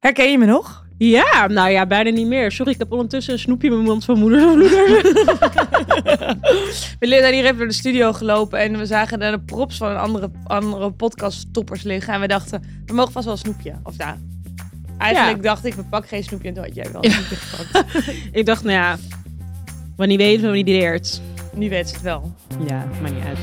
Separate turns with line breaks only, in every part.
Herken je me nog?
Ja, nou ja, bijna niet meer. Sorry, ik heb ondertussen een snoepje in mijn mond van moeder en moeder.
Belinda die heeft door de studio gelopen en we zagen daar de props van een andere, andere podcast toppers liggen. En we dachten, we mogen vast wel een snoepje. Of daar. Eigenlijk
Ja.
dacht ik, we pakken geen snoepje en toen had jij wel een snoepje gepakt.
ik dacht, nou ja, wanneer weet het, wanneer die leert.
Nu weet ze het wel.
Ja, maakt niet uit.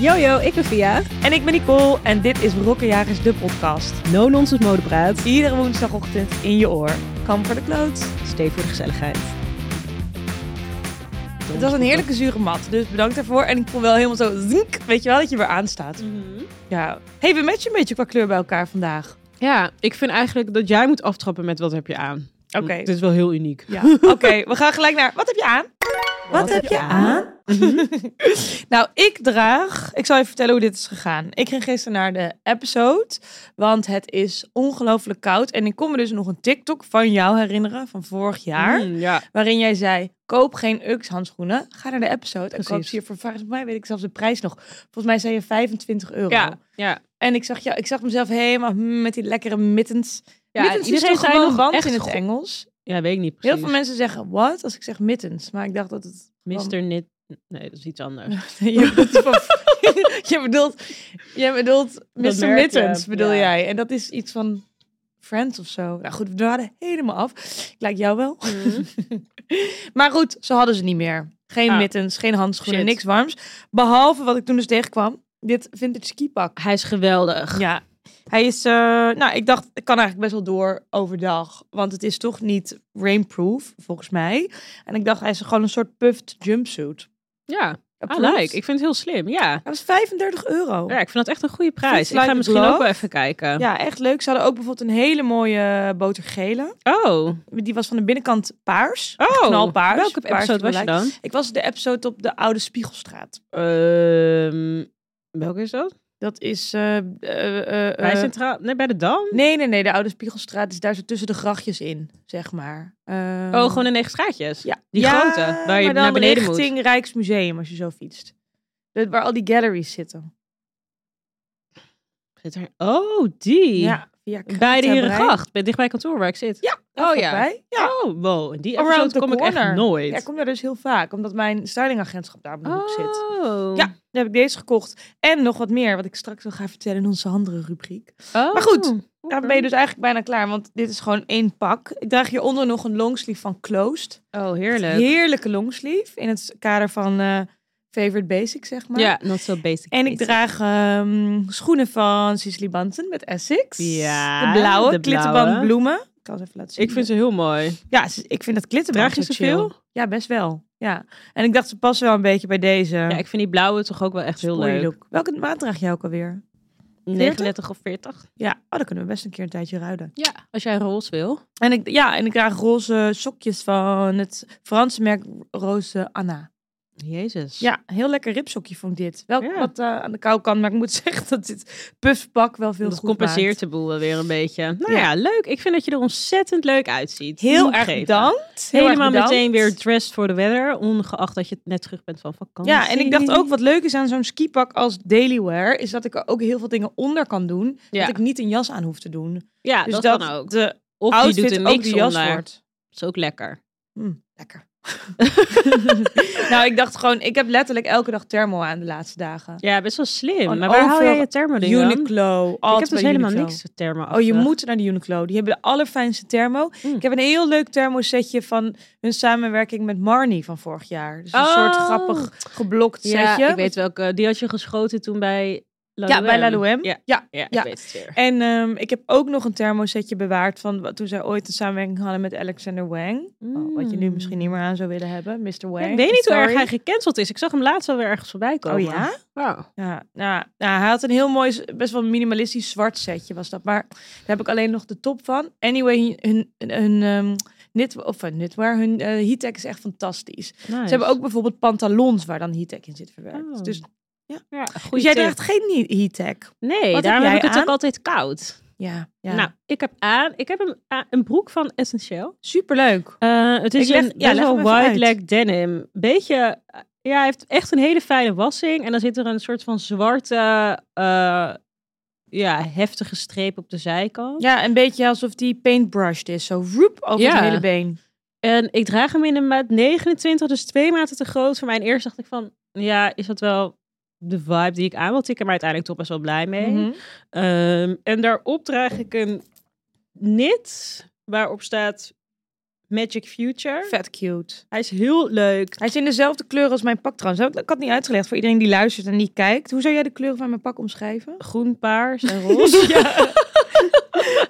Yo, yo, ik ben Via.
En ik ben Nicole en dit is Rokkenjagers, de podcast.
No Nonsense Modepraat.
Iedere woensdagochtend in je oor. Kam voor de kloot.
Steef voor de gezelligheid.
Het was een heerlijke zure mat, dus bedankt daarvoor. En ik voel wel helemaal zo, zink, weet je wel, dat je weer aanstaat.
Mhm.
Ja. hey, we matchen een beetje qua kleur bij elkaar vandaag.
Ja, ik vind eigenlijk dat jij moet aftrappen met wat heb je aan.
Oké.
Want Dit is wel heel uniek.
Ja, oké. we gaan gelijk naar. Wat heb je aan? Wat, heb je aan? Mhm. nou, ik draag. Ik zal je vertellen hoe dit is gegaan. Ik ging gisteren naar de episode, want het is ongelooflijk koud. En ik kon me dus nog een TikTok van jou herinneren van vorig jaar,
Mm, ja.
waarin jij zei: koop geen UX handschoenen, ga naar de episode en koop
Precies.
ze hier voor. Volgens mij weet ik zelfs de prijs nog. Volgens mij zei je 25 euro.
ja, ja.
En ik zag, jou, ik zag mezelf helemaal hmm, met die lekkere mittens.
Ja,
mittens is
iedereen
toch
zei
gewoon
nog
band
echt
in het
go-
Engels.
Ja, weet ik niet
Heel
precies.
veel mensen zeggen wat als ik zeg mittens, maar ik dacht dat het
Mr. Nit... Nee, dat is iets anders.
je bedoelt, die van- je bedoelt, je bedoelt
Dat
Mr.
merk je,
Mittens bedoel
ja.
jij en dat is iets van Friends of zo. Nou goed, we waren helemaal af. Ik lijk jou wel. Maar goed, ze hadden ze niet meer. Geen
Ah.
mittens, geen handschoenen,
Shit.
niks warms. Behalve wat ik toen dus tegenkwam, dit vintage skipak.
Hij is geweldig.
Ja. Hij is, eh, nou, ik dacht, ik kan eigenlijk best wel door overdag. Want het is toch niet rainproof, volgens mij. En ik dacht, hij is gewoon een soort puffed jumpsuit.
Ja, I
Approved.
like. Ah, Ik vind het heel slim, ja.
Hij was 35 euro.
Ja, ik vind dat echt een goede
Fits
prijs. Ik
like
ga
a
misschien
glove.
ook wel even kijken.
Ja, echt leuk. Ze hadden ook bijvoorbeeld een hele mooie botergele.
Oh,
Die was van de binnenkant paars.
oh.
knalpaars.
Welke
Paars
episode was je
gelijk.
dan?
Ik was de episode op de Oude Spiegelstraat.
Ehm, welke is dat?
Dat is... eh, eh, eh, eh,
bij Centraal... Nee, bij de Dam?
Nee, nee, nee. De Oude Spiegelstraat is daar zo tussen de grachtjes in, zeg maar. Ehm,
Oh, gewoon in negen straatjes?
Ja.
Die
Ja,
grote, waar je
maar dan
naar beneden
richting Rijksmuseum als je zo fietst. Dat- Waar al die galleries zitten.
moet. Zit er... Oh, die.
Ja, via
Bij de
Kratenbrei.
Herengracht, bij- dichtbij kantoor waar ik zit.
Ja,
Oh ja.
vlakbij. Ja.
Oh, wow. In die
Around
episode
the
kom ik
corner.
echt nooit.
ja, ik kom daar dus heel vaak, omdat mijn stylingagentschap daar op de hoek zit.
Oh.
Ja, daar heb ik deze gekocht. En nog wat meer, wat ik straks nog ga vertellen in onze andere rubriek.
Oh.
Maar goed,
Oké.
Daar ben je dus eigenlijk bijna klaar, want dit is gewoon één pak. Ik draag hieronder nog een longsleeve van Closed.
Oh, heerlijk.
Heerlijke longsleeve, in het kader van eh, Favorite Basic, zeg maar.
Ja, not so basic.
En ik
basic.
draag ehm, schoenen van Cicely Banten met Essex.
Ja,
De blauwe,
de
klittenband
blauwe.
bloemen. Ik kan ze even laten zien.
Ik vind ze heel mooi.
Ja, ze- ik vind dat klittenband
Draag je
zo
ze
chill.
veel?
Ja, best wel. Ja. En ik dacht, ze passen wel een beetje bij deze.
Ja, ik vind die blauwe toch ook wel echt heel
Sporty
leuk.
look. Welke maat draag jij ook alweer?
39 of 40?
Ja, oh, dan kunnen we best een keer een tijdje ruilen.
Ja, als jij roze wil.
En ik, ja, en ik draag roze sokjes van het Franse merk Roze Anna.
Jezus.
Ja, heel lekker ripsokje vond ik dit. Wel
Ja.
wat eh, aan de kou kan, maar ik moet zeggen dat dit puffpak wel veel
Dat
goed maakt.
compenseert de boel wel weer een beetje. Nou
Ja.
ja. leuk. Ik vind dat je er ontzettend leuk uitziet.
Heel
Moet
erg
geven.
bedankt. Heel erg
Helemaal
bedankt.
meteen weer dressed for the weather. Ongeacht dat je net terug bent van vakantie.
Ja, en ik dacht ook wat leuk is aan zo'n skipak als dailywear... is dat ik er ook heel veel dingen onder kan doen...
Ja.
dat ik niet een jas aan hoef te doen.
Ja,
dus
dat,
dat
kan ook.
de
Of je
outfit
doet er
ook
niks
de jas
onder.
wordt.
Dat is ook lekker.
Mm, lekker. nou, ik dacht gewoon... Ik heb letterlijk elke dag thermo aan de laatste dagen.
Ja, best wel slim.
Gewoon
maar waar haal jij
overal
je thermo dingen dan?
Uniqlo.
Ik
altijd
heb dus
bij
helemaal
Uniqlo.
niks voor thermo
Oh, je moet naar de Uniqlo. Die hebben de allerfijnste thermo.
Mm.
Ik heb een heel leuk thermosetje van hun samenwerking met Marnie van vorig jaar. Dus een
Oh.
soort grappig geblokt
Ja,
setje.
ik weet welke. Die had je geschoten toen bij
ja, bij Lalouem.
Ja,
Ja,
ja,
Ja.
ik weet het weer.
En ehm, ik heb ook nog een thermosetje bewaard van wat- toen zij ooit een samenwerking hadden met Alexander Wang. Oh, wat je nu
Mm.
misschien niet meer aan zou willen hebben, Mr. Wang.
Ja, ik weet niet hoe
Sorry.
erg hij gecanceld is. Ik zag hem laatst wel weer ergens voorbij komen.
Oh ja?
Wow.
Ja, nou, nou, hij had een heel mooi, best wel minimalistisch zwart setje was dat. Maar daar heb ik alleen nog de top van. Anyway, hun, hun, hun ehm, knit, of eh, knitwear, hun eh heattech is echt fantastisch. Ze hebben ook bijvoorbeeld pantalons waar dan heattech in zit verwerkt.
Oh,
dus,
ja,
dus
goede
jij
tip.
draagt geen heattech?
Nee,
heb
daarom heb,
jij
ik het
aan?
ook altijd koud.
Ja, ja.
Nou, ik heb aan. Ik heb een, a- een broek van Essentieel.
superleuk.
Eh, het is
Ik leg-
een
ja,
best
leg
wel
hem even
wide
uit.
leg denim. Beetje. eh, Ja, hij heeft echt een hele fijne wassing. En dan zit er een soort van zwarte eh, ja, heftige streep op de zijkant.
Ja, een beetje alsof die paintbrushed is. Zo roep over
Ja.
het hele been.
En ik draag hem in een maat 29, dus twee maten te groot voor mij. En eerst dacht ik van, ja, is dat wel de vibe die ik aan wil tikken? Maar uiteindelijk toch best wel blij mee.
Mhm.
Ehm, en daarop draag ik een knit waarop staat Magic Future.
Vet cute.
Hij is heel leuk.
Hij is in dezelfde kleur als mijn pak trouwens. Heb Ik ik had het niet uitgelegd voor iedereen die luistert en die kijkt. Hoe zou jij de kleuren van mijn pak omschrijven?
Groen, paars en roze.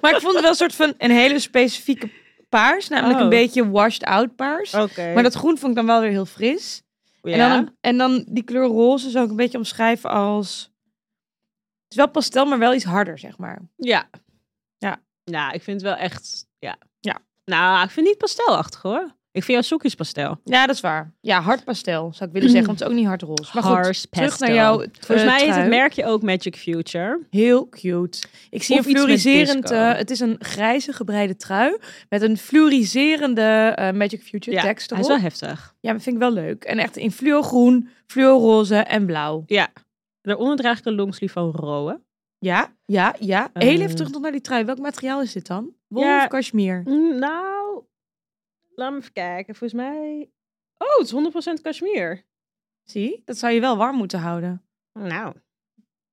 Maar ik vond het wel een soort van een hele specifieke paars. Namelijk
Oh.
een beetje washed out paars.
Oké.
Maar dat groen vond ik dan wel weer heel fris. En, dan, een- en dan die kleur roze zou ik een beetje omschrijven als... Het is wel pastel, maar wel iets harder, zeg maar.
Ja.
Ja.
Nou, ik vind het wel echt... Ja.
Ja.
Nou, ik vind het niet pastelachtig hoor. Ik vind jouw sokjes pastel.
Ja, dat is waar. Ja, hard pastel zou ik willen zeggen, want het is ook niet hard roze. Maar goed,
Hars
terug naar eh,
pastel.
jou.
Volgens mij
is
is het merkje ook Magic Future.
Heel cute. Ik zie
Of iets
een
met
fluoriserend...
disco.
eh, het is een grijze gebreide trui met een fluoriserende eh, Magic Future
Ja,
tekst
Hij is
erop.
wel heftig.
Ja, dat vind ik wel leuk. En echt in fluogroen, fluoroze en blauw.
Ja. Daaronder draag ik een longsleeve van Rowe.
Ja, ja, ja.
Eh.
Heel even terug nog naar die trui. Welk materiaal is dit dan? Wol
Ja.
of cashmere?
Mm, Nou, laat me even kijken. Volgens mij... Oh, het is 100% cashmere.
Zie, dat zou je wel warm moeten houden.
Nou.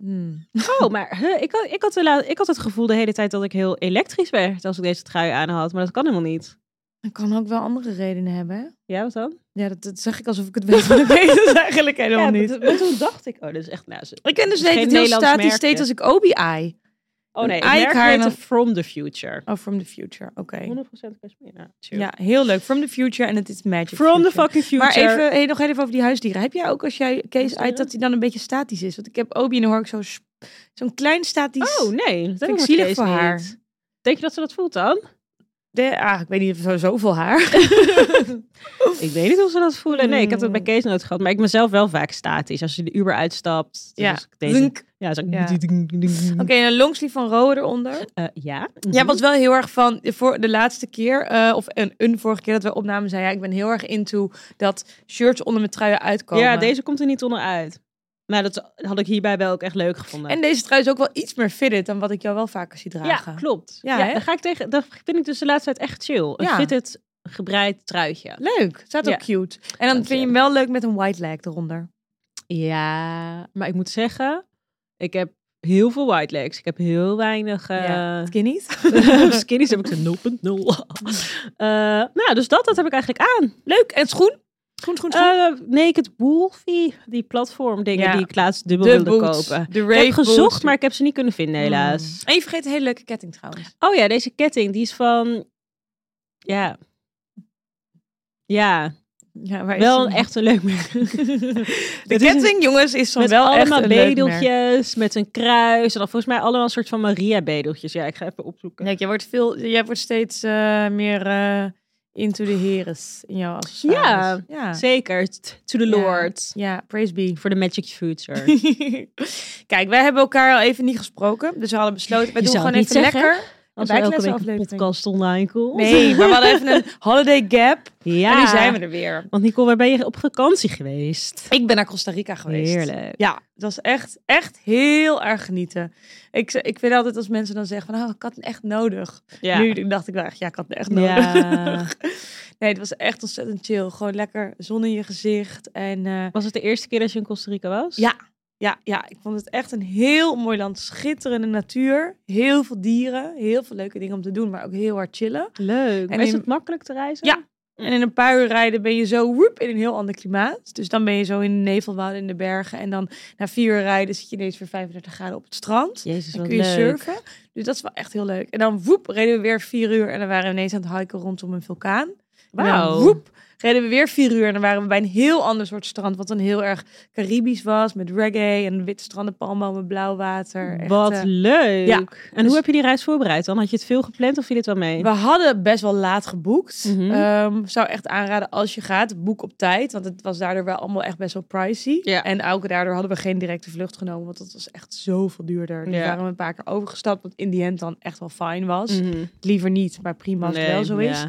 Hmm.
Oh, maar huh, ik, had, ik, had de la- ik had het gevoel de hele tijd dat ik heel elektrisch werd als ik deze trui aan had. Maar dat kan helemaal niet.
Dat kan ook wel andere redenen hebben, hè?
Ja, wat dan?
Ja, dat, dat zeg ik alsof ik het weet, maar ik weet het eigenlijk helemaal
ja,
niet.
dat- Maar toen dacht ik, oh, dat is echt... Nou, ze-
Ik ben dus
Het is
steeds
geen
heel
Nederlands
statisch
merkje.
steeds als ik Obi-Eye.
Oh
Een
nee,
eik
het merk
haar en
heette
een-
From the Future.
Oh, From the Future, oké.
100% cashmere. Ja, chill.
Ja, heel leuk. From the Future en het is Magic
From the
Future.
fucking future.
Maar even, hey, nog even over die huisdieren. Heb jij ook als jij Kees
Huisdieren?
uit dat hij dan een beetje statisch is? Want ik heb Obi en dan hoor ik zo sp- zo'n klein statisch...
Oh nee, dat
vind
heb
ik
ik
zielig
Kees
voor
niet.
haar.
Denk je dat ze dat voelt dan?
De, ah, ik weet niet of zo zoveel haar.
Ik weet niet of ze dat voelen. Nee, ik heb dat bij
Mm.
Kees nooit gehad. Maar ik ben zelf wel vaak statisch. Als je de Uber uitstapt.
Ja.
Dus als ik deze,
Dunk.
ja, zo.
Ja.
Oké.
Oké, en een longsleeve van Rowe eronder.
Eh, ja.
Jij was wel heel erg van, voor de laatste keer, eh, of een, een vorige keer dat we opnamen, zei ja, ik ben heel erg into dat shirts onder mijn truien uitkomen.
Mhm. Ja, deze komt er niet onderuit. Maar dat had ik hierbij wel ook echt leuk gevonden.
En deze trui is ook wel iets meer fitted dan wat ik jou wel vaker zie
ja,
dragen.
klopt.
Ja,
Ja,
hè?
daar ga ik tegen. Dat vind ik dus de laatste tijd echt chill. Een
Ja.
fitted gebreid truitje.
Leuk, staat ook cute. En dan
Dank
vind je
je.
hem wel leuk met een white leg eronder.
Ja, maar ik moet zeggen, ik heb heel veel white legs. Ik heb heel weinig. eh
Ja. Skinnies.
skinnies heb ik ze 0.0. Eh, nou, dus dat, dat heb ik eigenlijk aan.
leuk, en schoen? Schoen, schoen, schoen.
Eh, Naked Wolfie, die platform dingen
Ja.
die ik laatst dubbel
de
wilde
boots.
kopen.
De
Ik
rave
heb gezocht,
boots.
maar Hmm. ik heb ze niet kunnen vinden
Hmm.
helaas.
En je vergeet een hele leuke ketting trouwens.
Oh ja, deze ketting, die is van... Ja. Ja,
Ja, waar is
wel
die?
een echt een leuk merk.
De
Het is een-
ketting, jongens, is van
Met
wel echt
allemaal
een leuk merk.
bedeltjes, met een kruis. En dan volgens mij allemaal een soort van Maria-bedeltjes. Ja, ik ga even opzoeken.
Kijk, jij wordt, veel, jij wordt steeds eh, meer eh, into the heres in jouw accessoires. ja.
Zeker, t- to the
Ja.
Lord.
Ja, praise be.
Voor de magic future.
Kijk, wij hebben elkaar al even niet gesproken. Dus we hadden besloten, we
Je
doen
zou
gewoon
het
even
niet zeggen.
lekker.
Als we
Een
elke week een
bijklesaflevering.
podcast online komt.
Nee, maar we hadden even een holiday gap.
Ja.
En nu zijn we er weer.
Want Nicole, waar ben je op vakantie geweest?
Ik ben naar Costa Rica geweest.
Heerlijk.
Ja, het was echt, echt heel erg genieten. Ik, ze- ik vind altijd als mensen dan zeggen van, oh, ik had het echt nodig. Nu dacht ik wel echt, ja, ik had het echt nodig.
Ja.
Nee, het was echt ontzettend chill. Gewoon lekker zon in je gezicht. En eh,
Was het de eerste keer dat je in Costa Rica was?
Ja. ja, ja, ik vond het echt een heel mooi land. Schitterende natuur. Heel veel dieren. Heel veel leuke dingen om te doen, maar ook heel hard chillen.
Leuk.
En
En is
in-
het makkelijk te reizen?
Ja. En in een paar uur rijden ben je zo woep, in een heel ander klimaat. Dus dan ben je zo in de nevelwouden in de bergen. En dan na vier uur rijden zit je ineens weer 35 graden op het strand.
Jezus,
Dan
wat
kun je
leuk.
surfen. Dus dat is wel echt heel leuk. En dan woep, reden we weer vier uur. En dan waren we ineens aan het hiken rondom een vulkaan. En dan
Wauw.
woep, reden we weer vier uur. En dan waren we bij een heel ander soort strand. Wat dan heel erg Caribisch was. Met reggae en witte stranden, palmbomen, blauw water. Echt,
Wat
eh,
leuk.
ja.
En
Dus-
hoe heb je die reis voorbereid dan? Had je het veel gepland of viel het wel mee?
We hadden best wel laat geboekt.
Mhm.
Ehm, zou echt aanraden als je gaat, boek op tijd. Want het was daardoor wel allemaal echt best wel pricey.
Ja.
En ook daardoor hadden we geen directe vlucht genomen. Want dat was echt zoveel duurder. Dus
Ja. Mhm.
waren we een paar keer overgestapt. Wat in die end dan echt wel fijn was. Liever niet, maar prima als het wel zo is.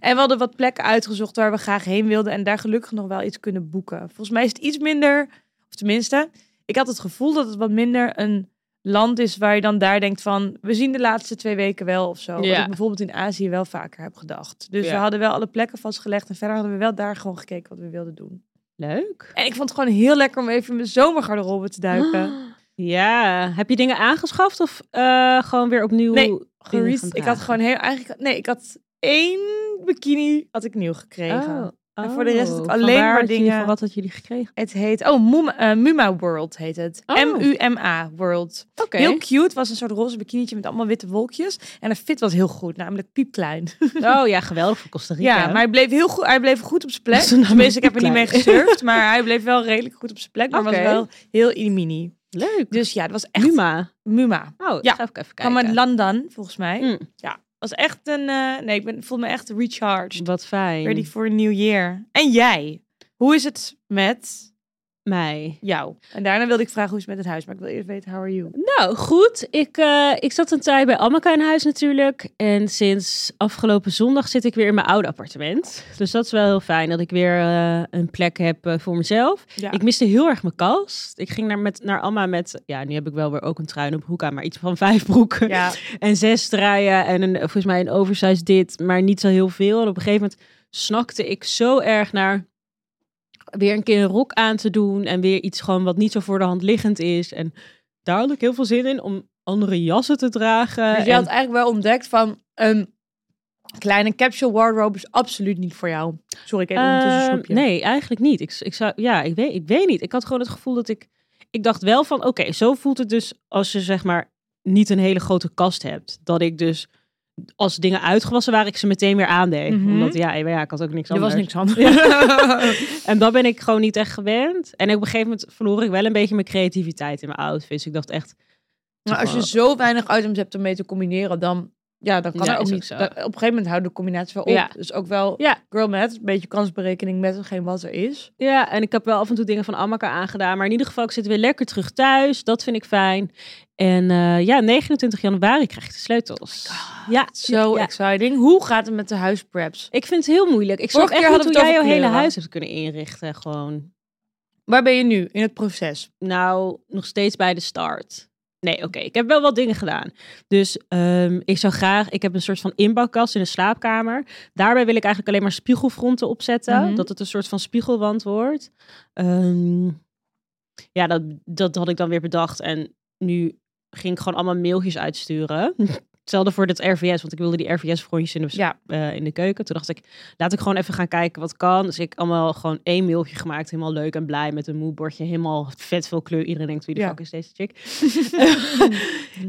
En we hadden wat plekken uitgezocht waar we graag heen wilden. En daar gelukkig nog wel iets kunnen boeken. Volgens mij is het iets minder, of tenminste, ik had het gevoel dat het wat minder een land is waar je dan daar denkt van... we zien de laatste twee weken wel of zo. Wat
Ja.
ik bijvoorbeeld in Azië wel vaker heb gedacht. Dus we
Ja.
hadden wel alle plekken vastgelegd... en verder hadden we wel daar gewoon gekeken wat we wilden doen.
Leuk.
En ik vond het gewoon heel lekker om even in mijn zomergarderobe te duiken.
Ja. Heb je dingen aangeschaft of eh, gewoon weer opnieuw?
Nee,
dingen gaan
Gerest- ik had
dragen?
gewoon heel... Eigenlijk, nee, ik had één bikini had ik nieuw gekregen.
Oh.
En voor de rest had ik
Van
alleen
waar
maar
had jullie-
dingen-
Van wat had jullie gekregen?
Het heet... Oh, Muma, eh, Muma World heet het.
Oh.
M-U-M-A World.
Oké.
Heel cute. Was een soort roze bikinietje met allemaal witte wolkjes. En de fit was heel goed. Namelijk piepklein.
Oh ja, geweldig voor Costa Rica.
Ja, maar hij bleef, heel goed, hij bleef goed op zijn plek.
Dat is een
Tenminste, ik heb er niet mee
piepklein.
gesurfd. Maar hij bleef wel redelijk goed op zijn plek. Maar
Oké.
was wel heel in mini.
leuk.
Dus ja, het was echt
Numa.
Muma.
Oh,
Ja.
ja. ga ik even
Kwam
kijken.
uit London, volgens mij.
Mm.
Was echt een... eh, nee, ik ben, voel me echt recharged.
Wat fijn.
Ready for a new year. En jij? Hoe is het met
Mij.
jou? En daarna wilde ik vragen hoe is het met het huis. Maar ik wil eerst weten, how are you?
Nou, goed. Ik, eh, ik zat een tijd bij Amaka in huis natuurlijk. En sinds afgelopen zondag zit ik weer in mijn oude appartement. Dus dat is wel heel fijn dat ik weer eh, een plek heb eh, voor mezelf.
Ja.
Ik miste heel erg mijn kast. Ik ging naar, met, naar Amma met... Ja, nu heb ik wel weer ook een trui en een broek aan. Maar iets van vijf broeken
ja.
en zes draaien en een, volgens mij een oversized dit, maar niet zo heel veel. En op een gegeven moment snakte ik zo erg naar weer een keer een rok aan te doen en weer iets gewoon wat niet zo voor de hand liggend is. En daar had ik heel veel zin in om andere jassen te dragen.
Dus je had
En-
eigenlijk wel ontdekt van een kleine capsule wardrobe is absoluut niet voor jou. Sorry, ik eet ondertussen een
Ehm,
snoepje.
nee, eigenlijk niet. Ik, ik zou, ja, ik weet, ik weet niet. Ik had gewoon het gevoel dat ik, ik dacht wel van, oké, zo voelt het dus als je zeg maar niet een hele grote kast hebt. Dat ik dus als dingen uitgewassen waren, ik ze meteen weer aandeed.
Mhm.
Omdat ja, ja, ik had ook niks
Er
anders.
was niks anders.
En dat ben ik gewoon niet echt gewend. En op een gegeven moment verloor ik wel een beetje mijn creativiteit in mijn outfits. Ik dacht echt,
maar als je zo weinig items hebt om mee te combineren, dan, ja, dan kan
Ja,
er ook
is ook
niet.
zo.
da- op een gegeven moment houdt de combinatie wel op.
Ja.
Dus ook wel
Ja.
girl met, een beetje kansberekening met hetgeen wat er is.
ja, en ik heb wel af en toe dingen van Amaka aangedaan. Maar in ieder geval, ik zit weer lekker terug thuis. Dat vind ik fijn. En eh, ja, 29 januari krijg ik de sleutels. ja,
Oh Zo
ja.
exciting. Hoe gaat het met de huispreps?
Ik vind het heel moeilijk. Ik snap
Vorige
echt
keer
niet
hadden
hoe jij
we het
jouw
over
hele
kleuren.
huis hebt kunnen inrichten. Gewoon,
Waar ben je nu in het proces?
nou, nog steeds bij de start. Nee, oké. Ik heb wel wat dingen gedaan. Dus ehm, ik zou graag... Ik heb een soort van inbouwkast in de slaapkamer. Daarbij wil ik eigenlijk alleen maar spiegelfronten opzetten.
Mhm.
Dat het een soort van spiegelwand wordt. Ehm, ja, dat, dat had ik dan weer bedacht. En nu ging ik gewoon allemaal mailtjes uitsturen. Hetzelfde voor dat RVS, want ik wilde die RVS-frontjes in de
Ja.
eh, in de keuken. Toen dacht ik, laat ik gewoon even gaan kijken wat kan. Dus ik allemaal gewoon één mailtje gemaakt. Helemaal leuk en blij met een moodboardje. Helemaal vet veel kleur. Iedereen denkt, wie de
Ja.
fuck is deze chick?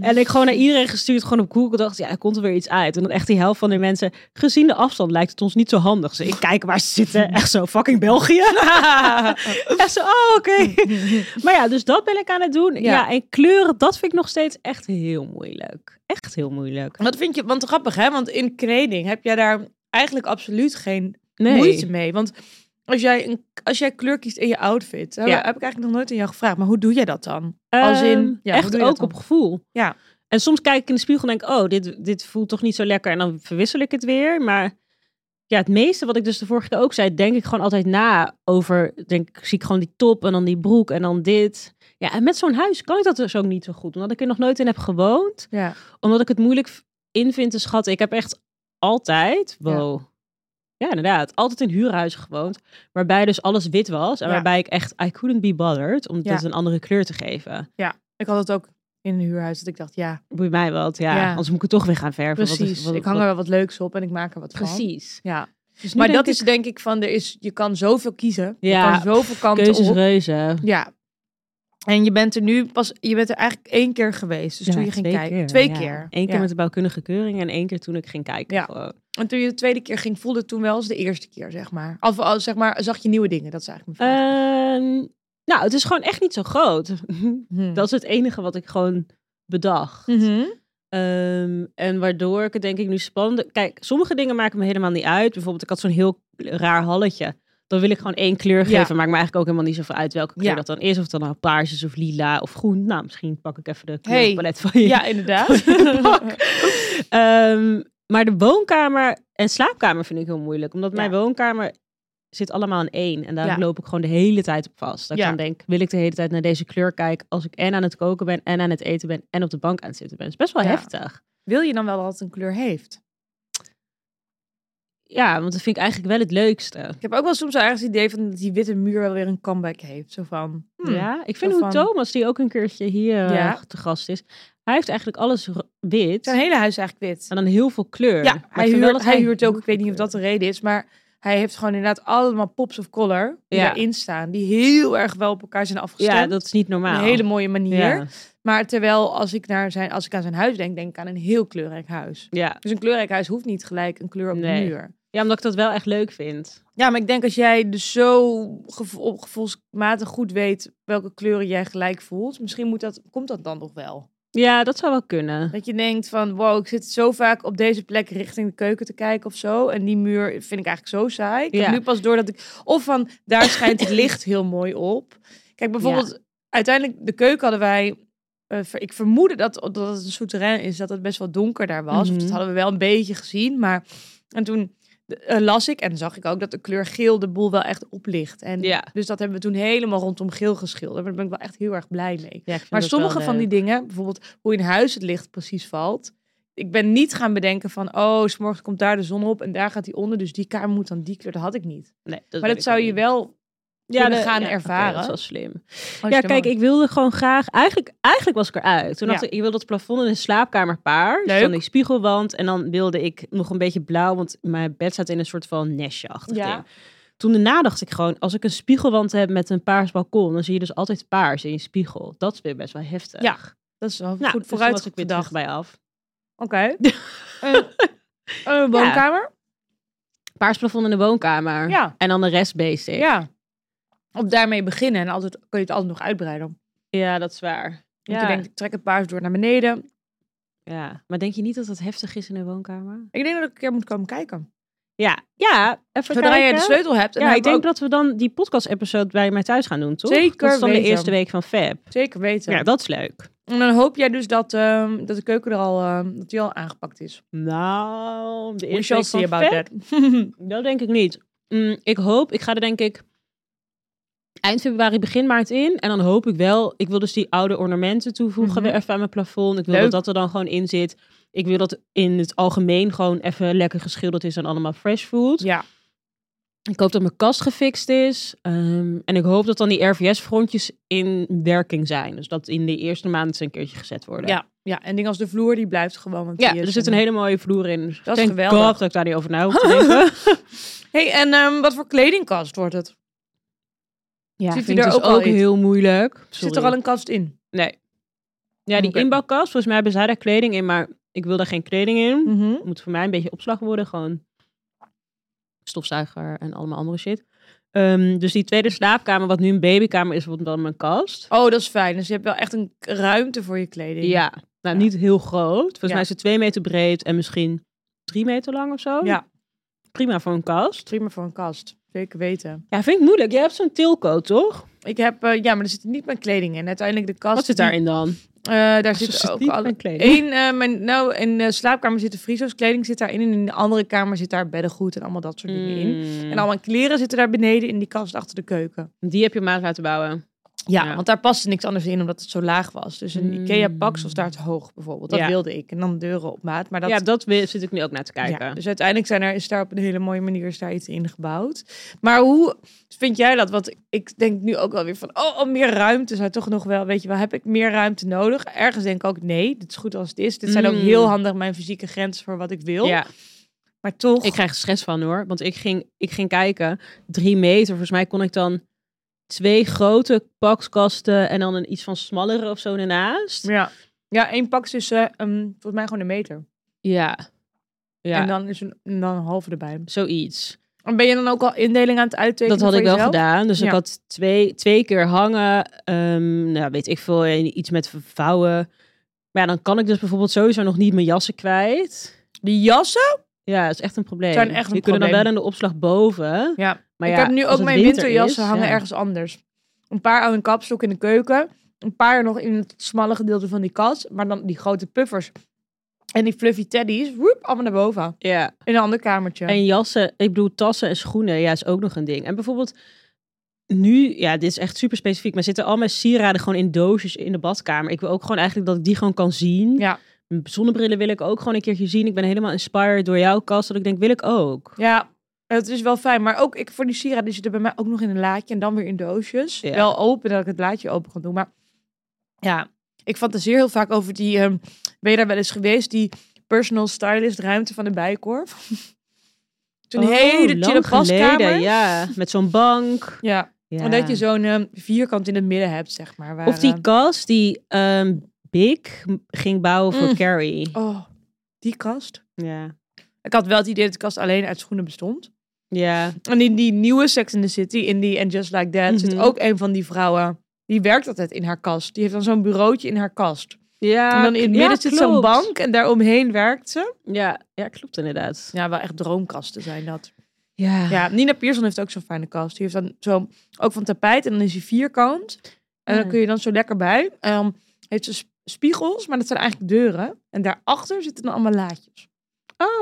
en ik gewoon naar iedereen gestuurd, gewoon op Google. Dacht, ja, er komt er weer iets uit. En dan echt die helft van de mensen, gezien de afstand lijkt het ons niet zo handig. Dus ik kijk waar ze zitten. Echt zo, fucking België. echt zo, oh, oké. maar ja, dus dat ben ik aan het doen. Ja.
Ja.
en kleuren, dat vind ik nog steeds echt heel moeilijk. Echt heel moeilijk.
Wat vind je, want grappig hè, want in kleding heb jij daar eigenlijk absoluut geen
Nee.
moeite mee. Want als jij, een, als jij kleur kiest in je outfit, hè,
Ja.
heb ik eigenlijk nog nooit aan jou gevraagd. Maar hoe doe jij dat dan? Als in,
Ehm,
ja, hoe doe
echt
je dat
ook
dan?
op gevoel.
Ja.
En soms kijk ik in de spiegel en denk ik, oh, dit, dit voelt toch niet zo lekker. En dan verwissel ik het weer. Maar ja, het meeste wat ik dus de vorige keer ook zei, denk ik gewoon altijd na over, denk ik, zie ik gewoon die top en dan die broek en dan dit. Ja, en met zo'n huis kan ik dat dus ook niet zo goed. Omdat ik er nog nooit in heb gewoond.
Ja.
Omdat ik het moeilijk v- in vind te schatten. Ik heb echt altijd, wow. Ja. inderdaad. Altijd in huurhuizen gewoond. Waarbij dus alles wit was. En
Ja.
waarbij ik echt, I couldn't be bothered om
Ja.
dit een andere kleur te geven.
Ik had het ook in een huurhuis dat ik dacht, ja,
boeit mij wat, ja.
Ja.
Anders moet ik het toch weer gaan verven. Wat is-
precies.
wat-
ik hang er
wat-
wel wat leuks op en ik maak er wat van.
Precies.
Ja.
Dus nu
Maar
denk
dat is denk ik van, er is, je kan zoveel kiezen.
Ja,
Je kan zoveel
ik,
kanten
keuzes
op.
reuzen.
Ja. En je bent er nu pas, je bent er eigenlijk één keer geweest. Dus
Ja,
toen je ging
twee
kijken.
keer,
twee
ja.
keer.
Eén keer
Ja.
met de bouwkundige keuring en één keer toen ik ging kijken.
Ja.
gewoon.
En toen je de tweede keer ging, voelde het toen wel als de eerste keer, zeg maar. Of als, zeg maar, zag je nieuwe dingen? Dat is eigenlijk mijn vraag.
Ehm, nou, het is gewoon echt niet zo groot.
Hmm.
Eh, dat is het enige wat ik gewoon bedacht.
Mhm.
Ehm, en waardoor ik het denk ik nu spannend... Kijk, sommige dingen maken me helemaal niet uit. Bijvoorbeeld, ik had zo'n heel raar halletje. Dan wil ik gewoon één kleur
Ja.
geven. Maakt me eigenlijk ook helemaal niet zoveel uit welke kleur
Ja.
dat dan is. Of het dan nou paars is of lila of groen. Nou, misschien pak ik even de
Hey.
kleurenpalet van je.
Ja, inderdaad.
Ehm, maar de woonkamer en slaapkamer vind ik heel moeilijk. Omdat
Ja.
mijn woonkamer zit allemaal in één. En daar
Ja.
loop ik gewoon de hele tijd op vast. Dat
Ja.
ik dan denk, wil ik de hele tijd naar deze kleur kijken als ik en aan het koken ben en aan het eten ben en op de bank aan het zitten ben. Dat is best wel
Ja.
heftig.
Wil je dan wel dat het een kleur heeft?
Ja, want dat vind ik eigenlijk wel het leukste.
Ik heb ook wel soms ergens het idee van dat die witte muur wel weer een comeback heeft. Zo van, hmm,
Ja, ik vind
Zo
hoe
van-
Thomas, die ook een keertje hier eh,
Ja.
te gast is, hij heeft eigenlijk alles ro- wit
zijn hele huis is eigenlijk wit.
en dan heel veel kleur. Maar
Ja,
ik
hij
vind wel
huurt,
dat
hij huurt ook, ik weet niet of
kleur-
dat de reden is, maar hij heeft gewoon inderdaad allemaal pops of color die
Ja.
daarin staan. Die heel erg wel op elkaar zijn afgestemd.
Ja, dat is niet
Op
normaal.
Een hele mooie manier.
Ja,
Maar terwijl als ik, naar zijn, als ik aan zijn huis denk, denk ik aan een heel kleurrijk huis.
ja.
Dus een kleurrijk huis hoeft niet gelijk een kleur op de
Nee.
muur.
ja, omdat ik dat wel echt leuk vind.
Ja, maar ik denk als jij dus zo gevo- op gevoelsmatig goed weet welke kleuren jij gelijk voelt, misschien moet dat, komt dat dan nog wel.
Ja, dat zou wel kunnen.
Dat je denkt van, wow, ik zit zo vaak op deze plek richting de keuken te kijken of zo. En die muur vind ik eigenlijk zo saai. Ik heb
Ja.
nu pas door dat ik... Of van, daar schijnt het licht heel mooi op. Kijk, bijvoorbeeld, uiteindelijk de keuken hadden wij... eh, ver- ik vermoedde dat, dat het een souterrain is, dat het best wel donker daar was. Of dat
Mhm.
hadden we wel een beetje gezien. Maar en toen eh, las ik en zag ik ook dat de kleur geel de boel wel echt oplicht. En
Ja.
Dus dat hebben we toen helemaal rondom geel geschilderd. Maar daar ben ik wel echt heel erg blij mee.
Ja, ik vind
Maar
dat wel
sommige van die
leuk.
dingen, bijvoorbeeld hoe in huis het licht precies valt. Ik ben niet gaan bedenken van, oh, s'morgens komt daar de zon op en daar gaat die onder. Dus die kamer moet dan die kleur. Dat had ik niet.
Nee,
maar
weet
dat
ik
zou
ook
je
niet.
wel... kunnen
dat-
gaan
oké,
ervaren.
dat is wel slim.
als je
ja,
er
kijk,
mag-
ik wilde gewoon graag... Eigenlijk, eigenlijk was ik eruit. Toen
Ja.
dacht ik, ik wilde het plafond in de slaapkamer paar. Dus
Leuk.
dan die spiegelwand. En dan wilde ik nog een beetje blauw. Want mijn bed staat in een soort van nestje achter.
Ja.
Toen daarna dacht ik gewoon... Als ik een spiegelwand heb met een paars balkon... dan zie je dus altijd paars in je spiegel. Dat is weer best wel heftig.
Ja, dat is wel
Nou,
goed
goed
vooruit
was ik weer terug
gedacht.
bij af.
Oké. Eh eh, woonkamer?
Paars plafond in de woonkamer.
Ja.
En dan de rest basic.
Ja. Of daarmee beginnen en altijd, kun je het altijd nog uitbreiden. Want
Ja, dat is waar.
je
Ja.
denkt, ik trek het paars door naar beneden.
ja. Maar denk je niet dat dat heftig is in de woonkamer?
Ik denk dat ik een keer moet komen kijken.
Ja, ja. Even
Zodra
kijken.
je de sleutel hebt. En
Ja,
hij
ik denk
ook
dat we dan die podcast-episode bij mij thuis gaan doen, toch?
Zeker
Dat is dan
weten.
de eerste week van Feb.
zeker weten.
Ja, dat is leuk.
En dan hoop jij dus dat, ehm, dat de keuken er al, ehm, dat die al aangepakt is.
Nou, de
We
eerste
shall
week
see
van
about
Feb?
that.
Dat denk ik niet. Mm, ik hoop, ik ga er denk ik eind februari, begin maart in. En dan hoop ik wel, ik wil dus die oude ornamenten toevoegen
Mhm.
weer even aan mijn plafond. Ik wil
Leuk.
dat dat er dan gewoon in zit. Ik wil dat in het algemeen gewoon even lekker geschilderd is en allemaal fresh food.
ja,
Ik hoop dat mijn kast gefixt is. Ehm, en ik hoop dat dan die RVS-frontjes in werking zijn. Dus dat in de eerste maand ze een keertje gezet worden.
ja, ja, en dingen als de vloer, die blijft gewoon. Want
Ja,
die is
er zit een hele mooie vloer in. Dus
Dat is
thank
geweldig.
God dat ik daar niet over na hoef te denken.
hey, en ehm, wat voor kledingkast wordt het?
ja,
Ziet
vind
hij
ik
daar
dus
ook
ook,
al iets?
heel moeilijk.
Zit er al een kast in?
Nee. Ja, die
Oké.
inbouwkast, volgens mij hebben zij daar kleding in, maar ik wil daar geen kleding in.
Mhm.
Moet voor mij een beetje opslag worden, gewoon stofzuiger en allemaal andere shit. Ehm, dus die tweede slaapkamer, wat nu een babykamer is, wordt dan mijn kast.
Oh, dat is fijn. Dus je hebt wel echt een k- ruimte voor je kleding.
Ja, nou niet heel groot. Volgens
Ja.
mij is het twee meter breed en misschien drie meter lang of zo.
Ja.
Prima voor een kast.
Oh, Prima voor een kast. Zeker weten.
Ja, vind ik moeilijk. Jij hebt zo'n tilco, toch?
Ik heb, eh, ja, maar er zit niet mijn kleding in. Uiteindelijk de kast.
Wat zit daarin dan?
Eh, daar
Zo
zit
zit
ook
niet
alle...
mijn kleding.
Eén, eh, mijn, nou, in de slaapkamer zit de Friso's kleding zit daarin. En in de andere kamer zit daar beddengoed en allemaal dat soort dingen in.
Mm.
En al mijn kleren zitten daar beneden in die kast achter de keuken.
Hmm. Die heb je maat laten bouwen.
Ja,
Ja.
want daar paste niks anders in omdat het zo laag was. Dus een
Mm.
Ikea box was daar te hoog bijvoorbeeld. Dat
Ja.
wilde ik. En dan deuren op maat. Maar dat,
Ja, dat we- zit ik nu ook naar te kijken.
Ja, dus uiteindelijk zijn er, is daar op een hele mooie manier is daar iets in gebouwd. Maar hoe vind jij dat? Want ik denk nu ook wel weer van, oh, oh, meer ruimte zou toch nog wel, weet je wel, heb ik meer ruimte nodig? Ergens denk ik ook, nee, dit is goed als het is. Dit zijn ook
Mm.
heel handig mijn fysieke grenzen voor wat ik wil.
Ja,
Maar toch,
ik krijg er stress van hoor. Want ik ging, ik ging kijken, drie meter. Volgens mij kon ik dan twee grote pakskasten en dan een iets van smallere of zo ernaast.
ja. Ja, één pak is dus, eh, ehm, volgens mij gewoon een meter.
Ja, ja
En dan is een, en dan een halve erbij.
zoiets.
En ben je dan ook al indeling aan het uittekenen
Dat had
voor
ik wel
jezelf?
gedaan. Dus
Ja.
ik had twee, twee keer hangen. ehm, nou, weet ik veel, eh, iets met vouwen. Maar ja, dan kan ik dus bijvoorbeeld sowieso nog niet mijn jassen kwijt.
Die jassen?
Ja, dat is echt een probleem.
Zijn echt een
Die kunnen dan
probleem.
wel in de opslag boven.
Ja.
Maar
ik
ja,
heb nu
als
ook
het
mijn
winter
winterjassen
is,
hangen
ja.
ergens anders. Een paar aan een kapstok in de keuken. Een paar nog in het smalle gedeelte van die kast. Maar dan die grote puffers En die fluffy teddy's, woep, allemaal naar boven.
Ja.
In een ander kamertje.
En jassen, ik bedoel tassen en schoenen, ja, is ook nog een ding. En bijvoorbeeld nu, ja, dit is echt super specifiek, maar zitten al mijn sieraden gewoon in doosjes in de badkamer. Ik wil ook gewoon eigenlijk dat ik die gewoon kan zien.
Ja.
Zonnebrillen wil ik ook gewoon een keertje zien. Ik ben helemaal inspired door jouw kast, dat ik denk, wil ik ook.
Ja, het is wel fijn. Maar ook ik, voor die sieraden die zitten bij mij ook nog in een laadje en dan weer in doosjes.
Ja.
Wel open, dat ik het laadje open kan doen. Maar ja, ik fantaseer heel vaak over die, ehm, ben je daar wel eens geweest, die personal stylist ruimte van de Bijenkorf. Zo'n
Oh,
hele
lang
chille paskamer.
geleden, ja. Met zo'n bank.
Ja,
Ja.
en dat je zo'n ehm, vierkant in het midden hebt, zeg maar. waar,
Of
eh,
die kast die ehm, Big m- ging bouwen voor
Mm.
Carrie.
oh, die kast.
Ja.
Ik had wel het idee dat de kast alleen uit schoenen bestond.
Ja.
En in die nieuwe Sex in the City, in die And Just Like That, zit
Mhm.
ook een van die vrouwen. Die werkt altijd in haar kast. Die heeft dan zo'n bureautje in haar kast.
ja.
en dan in het midden zit zo'n bank en daaromheen werkt ze.
Ja, ja, klopt inderdaad.
Ja, wel echt droomkasten zijn dat.
Ja.
Ja, Nina Pierson heeft ook zo'n fijne kast. Die heeft dan zo, ook van tapijt en dan is hij vierkant. En
Ja.
dan kun je dan zo lekker bij. En dan heeft ze sp- spiegels, maar dat zijn eigenlijk deuren. En daarachter zitten dan allemaal laadjes.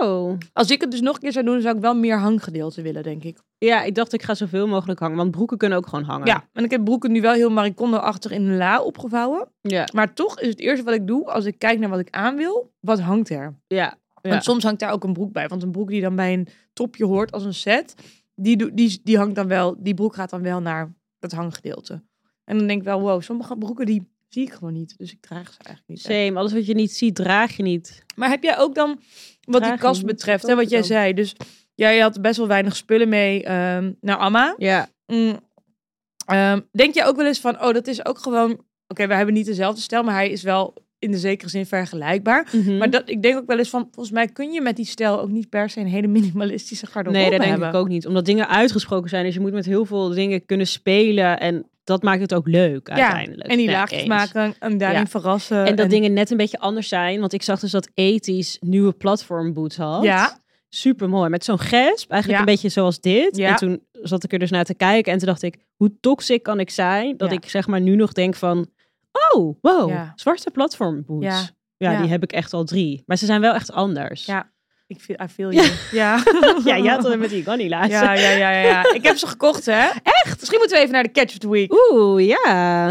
Oh.
Als ik het dus nog een keer zou doen, zou ik wel meer hanggedeelte willen, denk ik.
Ja, ik dacht ik ga zoveel mogelijk hangen. Want broeken kunnen ook gewoon hangen.
Ja, en ik heb broeken nu wel heel maricondo-achtig in een la opgevouwen.
Ja.
Maar toch is het eerste wat ik doe als ik kijk naar wat ik aan wil, wat hangt er?
Ja. Ja.
Want soms hangt daar ook een broek bij. Want een broek die dan bij een topje hoort als een set, die, doe- die, die hangt dan wel, die broek gaat dan wel naar dat hanggedeelte. En dan denk ik wel, wow, sommige broeken die zie ik gewoon niet. Dus ik draag ze eigenlijk niet. echt.
Same. Alles wat je niet ziet, draag je niet.
Maar heb jij ook dan, wat
Draag
die
je
kast
niet,
betreft,
dat
hè, wat jij
dan.
zei. Dus jij had best wel weinig spullen mee ehm, naar Amma.
Ja.
Mm. Ehm, denk jij ook wel eens van, oh, dat is ook gewoon... Oké, we hebben niet dezelfde stijl, maar hij is wel in de zekere zin vergelijkbaar.
Mhm.
Maar dat, ik denk ook wel eens van, volgens mij kun je met die stijl ook niet per se een hele minimalistische garderobe
nee, dat denk
hebben.
ik ook niet. Omdat dingen uitgesproken zijn. Dus je moet met heel veel dingen kunnen spelen. En dat maakt het ook leuk uiteindelijk.
En die
Nee,
laagjes
eens.
maken en daarin
Ja.
verrassen.
En dat dingen net een beetje anders zijn. Want ik zag dus dat ethisch nieuwe platformboots had.
Ja.
Super mooi. Met zo'n gesp. Eigenlijk
Ja.
een beetje zoals dit.
Ja.
En toen zat ik er dus naar te kijken. En toen dacht ik, hoe toxic kan ik zijn? Dat
Ja.
ik zeg maar nu nog denk van... Oh, wow.
Ja.
Zwarte platformboots.
Ja.
Ja.
Ja.
die heb ik echt al drie. Maar ze zijn wel echt anders.
Ja. Ik feel, I feel you. Ja.
ja je had het met die Ganni laatst.
ja, ja, ja, ja, ja. Ik heb ze gekocht, hè. Echt? Misschien moeten we even naar de Catch of the Week.
Oeh, ja.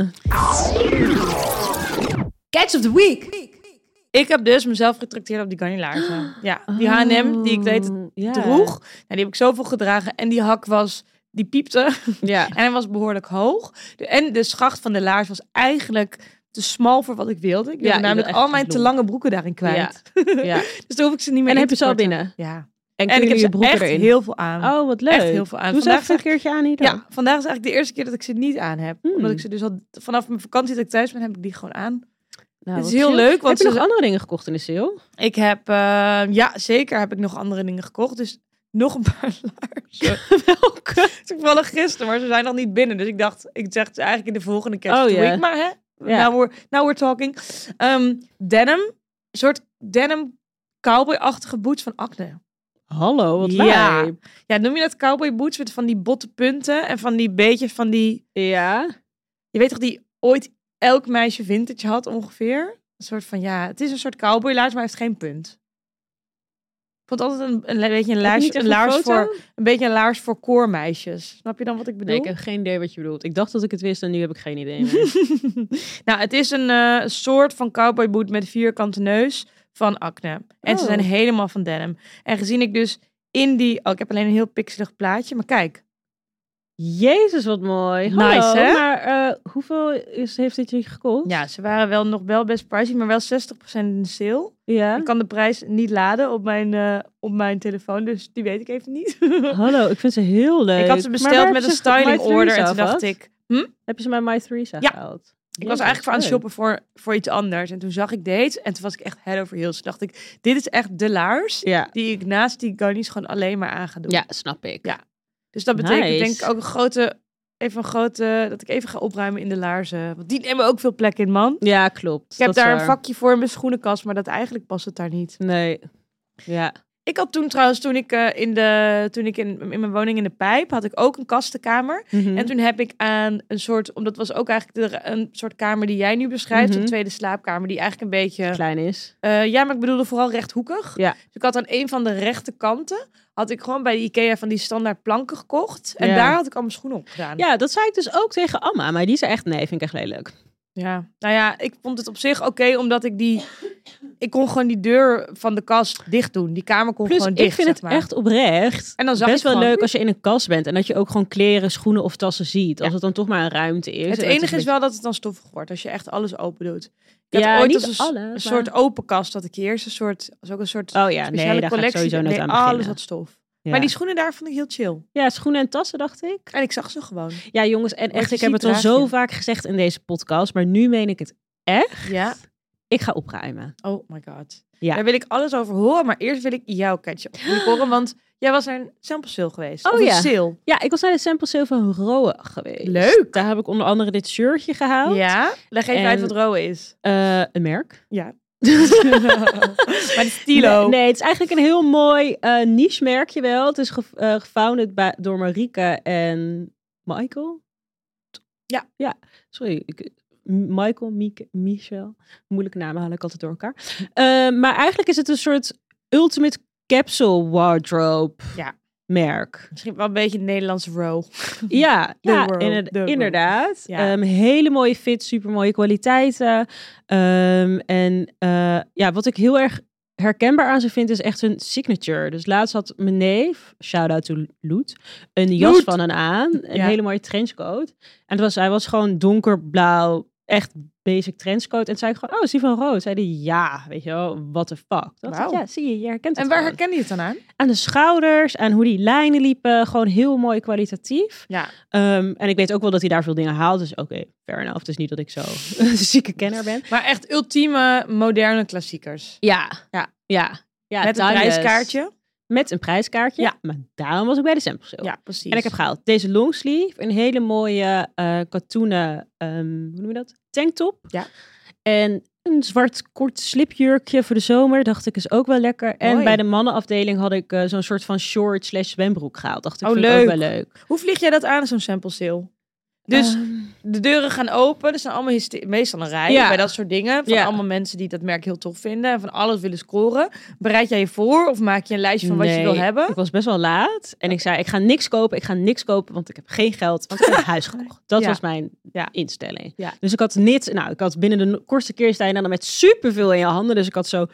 Catch of the week.
Ik heb dus mezelf getrakteerd op die garnilaarzen. Ja, die H&M die ik deed
Oh, ja.
droeg. Nou, die heb ik zoveel gedragen. En die hak was, die piepte.
Ja.
En hij was behoorlijk hoog. De, en de schacht van de laars was eigenlijk te smal voor wat ik wilde. Ik wilde
je wil
namelijk
echt
al mijn te
lomp.
lange broeken daarin kwijt.
ja.
Dus toen hoef ik ze niet meer
En
in
heb je
te
ze al
korten.
binnen?
Ja.
En,
En ik
kunnen
heb
je
ze
broeken
echt
erin?
heel veel aan.
Oh, wat leuk.
Echt heel veel aan.
Doe ze
Vandaag
even een keertje aan ieder.
Ja, vandaag is eigenlijk de eerste keer dat ik ze niet aan heb.
Hmm.
Omdat ik ze dus al vanaf mijn vakantie dat ik thuis ben, heb ik die gewoon aan.
Nou,
het is
wat
heel
chill.
leuk,
Heb
want
je nog
ze-
andere dingen gekocht in de sale?
ik heb, eh, ja zeker heb ik nog andere dingen gekocht. Dus nog een paar laarzen.
Welke?
Toevallig gisteren, maar ze zijn nog niet binnen. Dus ik dacht, ik zeg het eigenlijk in de volgende catch
Oh,
of the
ja.
week. Maar hè,
Ja.
now, we're, now we're talking. Ehm, denim, een soort denim cowboy-achtige boots van Acne.
Hallo, wat
Ja.
lijp.
Ja, noem je dat cowboy boots met van die botte punten en van die beetjes van die...
Ja.
Je weet toch, die ooit elk meisje vintage had ongeveer? Een soort van, ja, het is een soort cowboylaars, maar hij heeft geen punt. Ik vond altijd een, een beetje een
Heb je
laars,
niet echt
een laars
foto?
voor, een beetje een laars voor koormeisjes. Snap je dan wat ik bedoel?
Nee, ik heb geen idee wat je bedoelt. Ik dacht dat ik het wist en nu heb ik geen idee meer.
nou, het is een eh, soort van cowboyboot met vierkante neus van acne. En ze
Oh.
zijn helemaal van denim. En gezien ik dus in die... Oh, ik heb alleen een heel pixelig plaatje, maar kijk.
Jezus, wat mooi.
Nice,
Hallo,
hè?
Maar eh, hoeveel is, heeft dit je gekost?
Ja, ze waren wel nog wel best pricey, maar wel 60% in de sale.
ja.
Ik kan de prijs niet laden op mijn, eh, op mijn telefoon, dus die weet ik even niet.
Hallo, ik vind ze heel leuk.
ik had ze
Maar
besteld
waar heb
met
je
een
ze ge-
styling
My Theresa
order en toen
gehad?
dacht ik... Hm?
Heb je ze bij My Theresa
Ja.
gehaald?
Ik was eigenlijk voor aan het
shoppen.
shoppen voor, voor iets anders. En toen zag ik deze en toen was ik echt head over heels. Toen dacht ik, dit is echt de laars.
Ja.
die ik naast die garnies gewoon alleen maar aan ga doen.
ja, snap ik.
Ja. Dus dat betekent
Nice.
denk ik ook een grote, even een grote, dat ik even ga opruimen in de laarzen. Want die nemen ook veel plek in, man.
Ja, klopt.
Ik heb
Dat is
daar een
waar.
vakje voor in mijn schoenenkast, maar dat eigenlijk past het daar niet.
Nee. Ja.
Ik had toen trouwens, toen ik, eh, in, de, toen ik in, in mijn woning in de pijp, had ik ook een kastenkamer.
Mhm.
En toen heb ik aan een soort, omdat was ook eigenlijk de, een soort kamer die jij nu beschrijft,
Mhm.
een tweede slaapkamer, die eigenlijk een beetje...
klein is.
Eh, ja, maar ik bedoelde vooral rechthoekig.
Ja.
Dus ik had aan een van de rechte kanten, had ik gewoon bij de Ikea van die standaard planken gekocht. En
Ja.
daar had ik al mijn schoenen op gedaan.
Ja, dat zei ik dus ook tegen Amma. Maar die zei echt, nee, vind ik echt lelijk.
Ja. Nou ja, ik vond het op zich oké, omdat ik die... Ik kon gewoon die deur van de kast dicht doen. Die kamer kon
Plus,
gewoon
ik
dicht,
vind
zeg
het
maar.
echt oprecht
En dan zag
best
ik
wel
gewoon-
leuk als je in een kast bent. En dat je ook gewoon kleren, schoenen of tassen ziet. Als het dan toch maar een ruimte is.
Het
En dat
enige
een
is wel dat het dan stoffig wordt als je echt alles open doet. Ik
beetje-
had
Ja,
ooit
niet
als een,
alles,
een
maar-
soort open kast dat ik hier eerst een soort, was ook een
Oh
soort
ja,
speciale
nee, daar ga ik
collectie.
sowieso nooit
nee,
aan
alles
beginnen.
had stof.
ja.
Maar die schoenen daar vond ik heel chill.
ja, schoenen en tassen, dacht ik.
En ik zag ze gewoon.
Ja, jongens, en
Wat
echt,
je
ik heb
ziet,
het al
draag
zo
je.
vaak gezegd in deze podcast. Maar nu meen ik het echt.
Ja.
Ik ga opruimen.
Oh my god.
Ja.
Daar wil ik alles over horen, maar eerst wil ik jouw ketje op horen, want jij was naar een sample sale geweest.
Oh
Of een
ja.
sale.
Ja, ik was naar de sample sale van Roa geweest.
Leuk.
Daar heb ik onder andere dit shirtje gehaald.
Ja. Leg even
En-
uit wat roe is.
Eh, een merk.
Ja. maar de stilo.
Nee, nee, het is eigenlijk een heel mooi eh niche merkje wel. Het is ge eh, gefounded ba- door Marika en Michael.
Ja.
Ja, sorry. ik- M- Michael, Mieke, Michel. Moeilijke namen haal ik altijd door elkaar. Eh, maar eigenlijk is het een soort ultimate capsule wardrobe
Ja.
merk.
Misschien wel een beetje een Nederlandse row.
Ja,
The
ja
world,
inner-
the world.
inderdaad.
Ja.
Ehm, hele mooie fit, super mooie kwaliteiten. Ehm, en eh, ja, wat ik heel erg herkenbaar aan ze vind, is echt hun signature. Dus laatst had mijn neef, shout-out to Loet, een jas
Loet!
van hen aan. Een
Ja.
hele mooie trenchcoat. En het was, hij was gewoon donkerblauw, echt basic trenchcoat. En toen zei ik gewoon, oh, is die van rood? Zei hij, ja, weet je wel, what the fuck. Dacht ik,
Wauw.
ja, zie je, je herkent het
En waar
gewoon.
herkende je het dan aan?
Aan de schouders, aan hoe die lijnen liepen. Gewoon heel mooi kwalitatief.
Ja.
Ehm, en ik weet ook wel dat hij daar veel dingen haalt. Dus oké, fair enough. Het is niet dat ik zo een zieke kenner ben.
Maar echt ultieme moderne klassiekers.
Ja.
Ja.
Ja. ja
Met een
timeless.
prijskaartje.
Met een prijskaartje.
Ja.
Maar daarom was ik bij de sample sale.
Ja, precies.
En ik heb gehaald deze longsleeve. Een hele mooie eh katoenen, ehm, hoe noem je dat? Tanktop.
Ja.
En een zwart kort slipjurkje voor de zomer. Dacht ik is ook wel lekker. En
Mooi.
bij de mannenafdeling had ik eh, zo'n soort van short slash zwembroek gehaald. Dacht ik,
Oh,
vind ik ook
leuk.
wel leuk.
Hoe vlieg jij dat aan zo'n sample sale? Dus
Ehm,
de deuren gaan open. Er zijn allemaal hyste- meestal een rij
Ja.
bij dat soort dingen. Van
Ja.
allemaal mensen die dat merk heel tof vinden en van alles willen scoren. Bereid jij je voor of maak je een lijstje van wat je
Nee,
wil hebben?
Ik was best wel laat en ik zei: ik ga niks kopen, ik ga niks kopen, want ik heb geen geld, want ik heb een huis gekocht. Dat
Ja.
was mijn
Ja.
instelling.
Ja.
Dus ik had niet, nou, ik had binnen de no- kortste keer sta je dan met superveel in je handen. Dus ik had zo